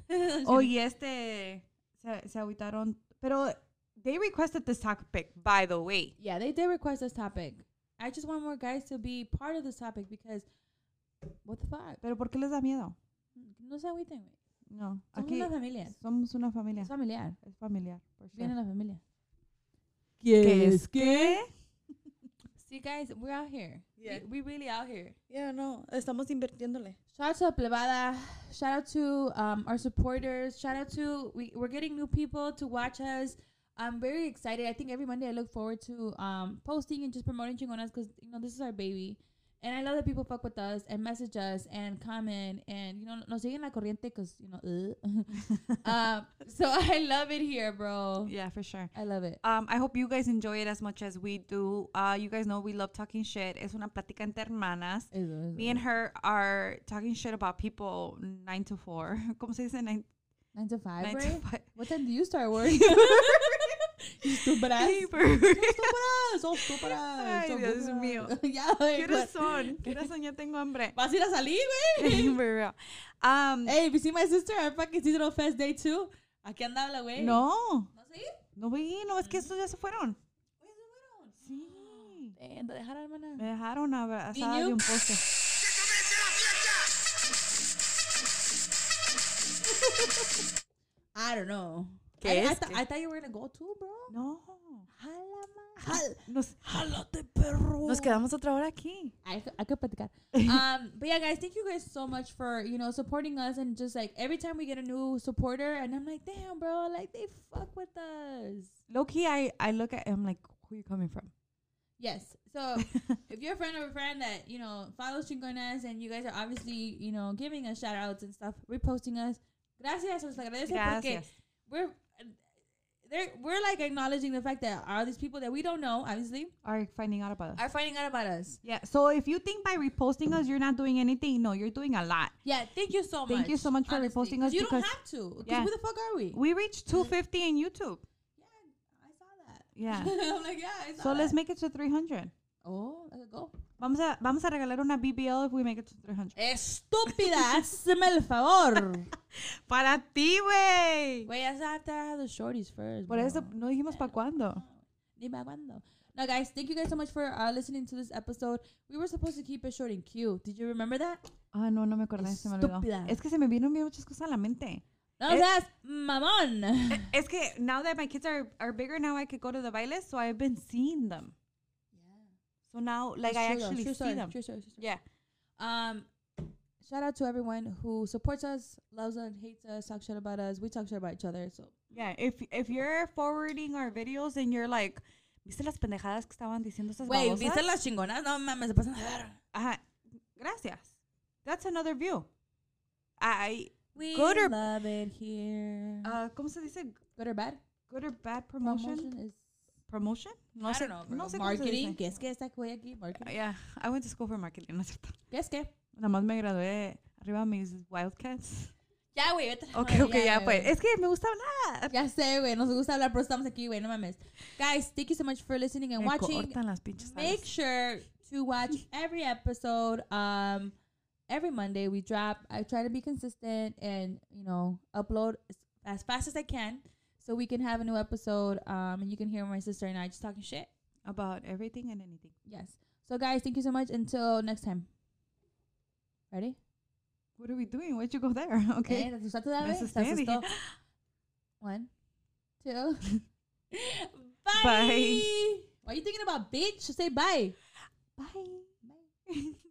Speaker 3: Oye, este... Se, se agüitaron. Pero they requested this topic, by the way.
Speaker 2: Yeah, they did request this topic. I just want more guys to be part of this topic because what the fuck?
Speaker 3: ¿Pero por qué les da miedo?
Speaker 2: No se agüiten, güey.
Speaker 3: No.
Speaker 2: Somos
Speaker 3: Aquí
Speaker 2: una familia.
Speaker 3: somos una familia.
Speaker 2: Es familiar.
Speaker 3: Es familiar. por sure.
Speaker 2: Viene la familia.
Speaker 3: ¿Quieres qué?
Speaker 2: See, guys, we're out here.
Speaker 3: Yeah.
Speaker 2: We, we really out here.
Speaker 3: Ya no, estamos invirtiéndole.
Speaker 2: Shout out to La Plebada. Shout out to um, our supporters. Shout out to we, we're getting new people to watch us. I'm very excited. I think every Monday I look forward to um, posting and just promoting Chingonas because you know this is our baby, and I love that people fuck with us and message us and comment and you know nos siguen la corriente because you know. Uh. um, so I love it here, bro.
Speaker 3: Yeah, for sure.
Speaker 2: I love it.
Speaker 3: Um, I hope you guys enjoy it as much as we do. Uh, you guys know we love talking shit. Es una plática entre hermanas.
Speaker 2: Eso, eso.
Speaker 3: Me and her are talking shit about people nine to four. ¿Cómo se dice? Nine,
Speaker 2: Nine to five,
Speaker 3: nine
Speaker 2: right?
Speaker 3: to five.
Speaker 2: What time do you start work? Estúpidas. Estúpidas. Son estúpidas.
Speaker 3: Ay,
Speaker 2: son
Speaker 3: Dios
Speaker 2: burras.
Speaker 3: mío.
Speaker 2: ya, güey.
Speaker 3: ¿Qué horas son? ¿Qué horas son? Ya tengo hambre.
Speaker 2: Vas a ir a salir, güey.
Speaker 3: For real. Um,
Speaker 2: Hey, if you see my sister at fucking seasonal fest day two, aquí andaba, güey.
Speaker 3: no,
Speaker 2: ¿No sé?
Speaker 3: no vi, no, es que estos ya se fueron. Sí.
Speaker 2: Eh, de dejar hermana.
Speaker 3: Me dejaron abrazada de
Speaker 2: you?
Speaker 3: un poste.
Speaker 2: I don't know.
Speaker 3: ¿Qué
Speaker 2: I, I,
Speaker 3: es?
Speaker 2: thought-
Speaker 3: ¿Qué?
Speaker 2: I thought you were gonna go too, bro.
Speaker 3: No. Ah,
Speaker 2: Jala, ma. Jal-
Speaker 3: Nos,
Speaker 1: Jálate, perro.
Speaker 3: nos quedamos otra hora aquí.
Speaker 2: I, c- I could platicar. um, but yeah, guys, thank you guys so much for you know supporting us and just like every time we get a new supporter, and I'm like, damn, bro, like they fuck with us.
Speaker 3: Low key, I, I look at him like, who you coming from?
Speaker 2: Yes. So if you're a friend of a friend that you know follows Chingonas and you guys are obviously you know giving us shout outs and stuff, reposting us, gracias, os agradece porque
Speaker 3: Gracias.
Speaker 2: we're they're, we're like acknowledging the fact that all these people that we don't know obviously
Speaker 3: Are finding out about us.
Speaker 2: are finding out about us.
Speaker 3: Yeah. So if you think by reposting us you're not doing anything, no, you're doing a lot.
Speaker 2: Yeah, thank you so much.
Speaker 3: Thank you so much for reposting us
Speaker 2: You don't
Speaker 3: because-
Speaker 2: have to. 'cause
Speaker 3: Yeah.
Speaker 2: who the fuck are we?
Speaker 3: We reached 250 in YouTube.
Speaker 2: Yeah, I saw that.
Speaker 3: Yeah.
Speaker 2: I'm like, yeah, I saw
Speaker 3: So let's
Speaker 2: that.
Speaker 3: make it to 300.
Speaker 2: Oh, let's go.
Speaker 3: Vamos a, vamos a regalar una BBL if we make it to 300.
Speaker 2: Estúpida, hazme el favor.
Speaker 3: Para ti, güey.
Speaker 2: Wait, I still have to have the shorties first.
Speaker 3: Por
Speaker 2: bro.
Speaker 3: eso no dijimos para cuándo.
Speaker 2: Ni me aguanto. No, guys, thank you guys so much for uh, listening to this episode. We were supposed to keep it short and cute. Did you remember that?
Speaker 3: Ah, no, no me acordé, se me olvidó.
Speaker 2: Estúpida.
Speaker 3: Es que se me vienen bien muchas cosas a la mente.
Speaker 2: No,
Speaker 3: Eh.
Speaker 2: that's mamon.
Speaker 3: Es que now that my kids are, are bigger, now I could go to the bailes, so I've been seeing them. So now, like, I
Speaker 2: True though,
Speaker 3: actually
Speaker 2: true
Speaker 3: see
Speaker 2: story,
Speaker 3: them.
Speaker 2: True story, true story.
Speaker 3: Yeah.
Speaker 2: Um, shout out to everyone who supports us, loves us, hates us, talks shit about us. We talk shit about each other. So
Speaker 3: Yeah, if if you're forwarding our videos and you're like, ¿viste las pendejadas que estaban diciendo esas babosas?
Speaker 2: chingonas? No mames, se pasan de verga.
Speaker 3: Ajá. Gracias. That's another view. I,
Speaker 2: We
Speaker 3: Good or-
Speaker 2: love it here.
Speaker 3: uh, ¿cómo se dice?
Speaker 2: Good or bad?
Speaker 3: Good or bad promotion?
Speaker 2: is.
Speaker 3: Promotion? No
Speaker 2: I
Speaker 3: sé,
Speaker 2: don't know,
Speaker 3: no
Speaker 2: bro.
Speaker 3: sé cómo se
Speaker 2: marketing.
Speaker 3: dice.
Speaker 2: ¿Qué es que está que voy aquí? Marketing.
Speaker 3: Yeah, I went to school for marketing, no es cierto.
Speaker 2: ¿Qué es que?
Speaker 3: Nada más me gradué arriba mis Wildcats.
Speaker 2: Ya, güey, vete. a la
Speaker 3: Ok,
Speaker 2: madre,
Speaker 3: ok, ya
Speaker 2: güey.
Speaker 3: pues. Es que me gusta hablar.
Speaker 2: Ya sé, güey. Nos gusta hablar, pero estamos aquí, güey. No mames. Guys, thank you so much for listening and
Speaker 3: Me
Speaker 2: watching.
Speaker 3: cortan las pinches
Speaker 2: Make
Speaker 3: alas.
Speaker 2: sure to watch every episode. Um, every Monday we drop. I try to be consistent and you know upload as, as fast as I can, so we can have a new episode. Um, and you can hear my sister and I just talking shit.
Speaker 3: About everything and anything.
Speaker 2: Yes. So guys, thank you so much. Until next time. Ready?
Speaker 3: What are we doing? Why'd you go there?
Speaker 2: Okay.
Speaker 3: Okay.
Speaker 2: ¿Te asustaste that
Speaker 3: Me
Speaker 2: way? ¿Te
Speaker 3: asusté, dije,
Speaker 2: asustó? One, two. bye.
Speaker 3: Bye.
Speaker 2: Why are you thinking about bitch? Say bye.
Speaker 3: Bye.
Speaker 2: Bye.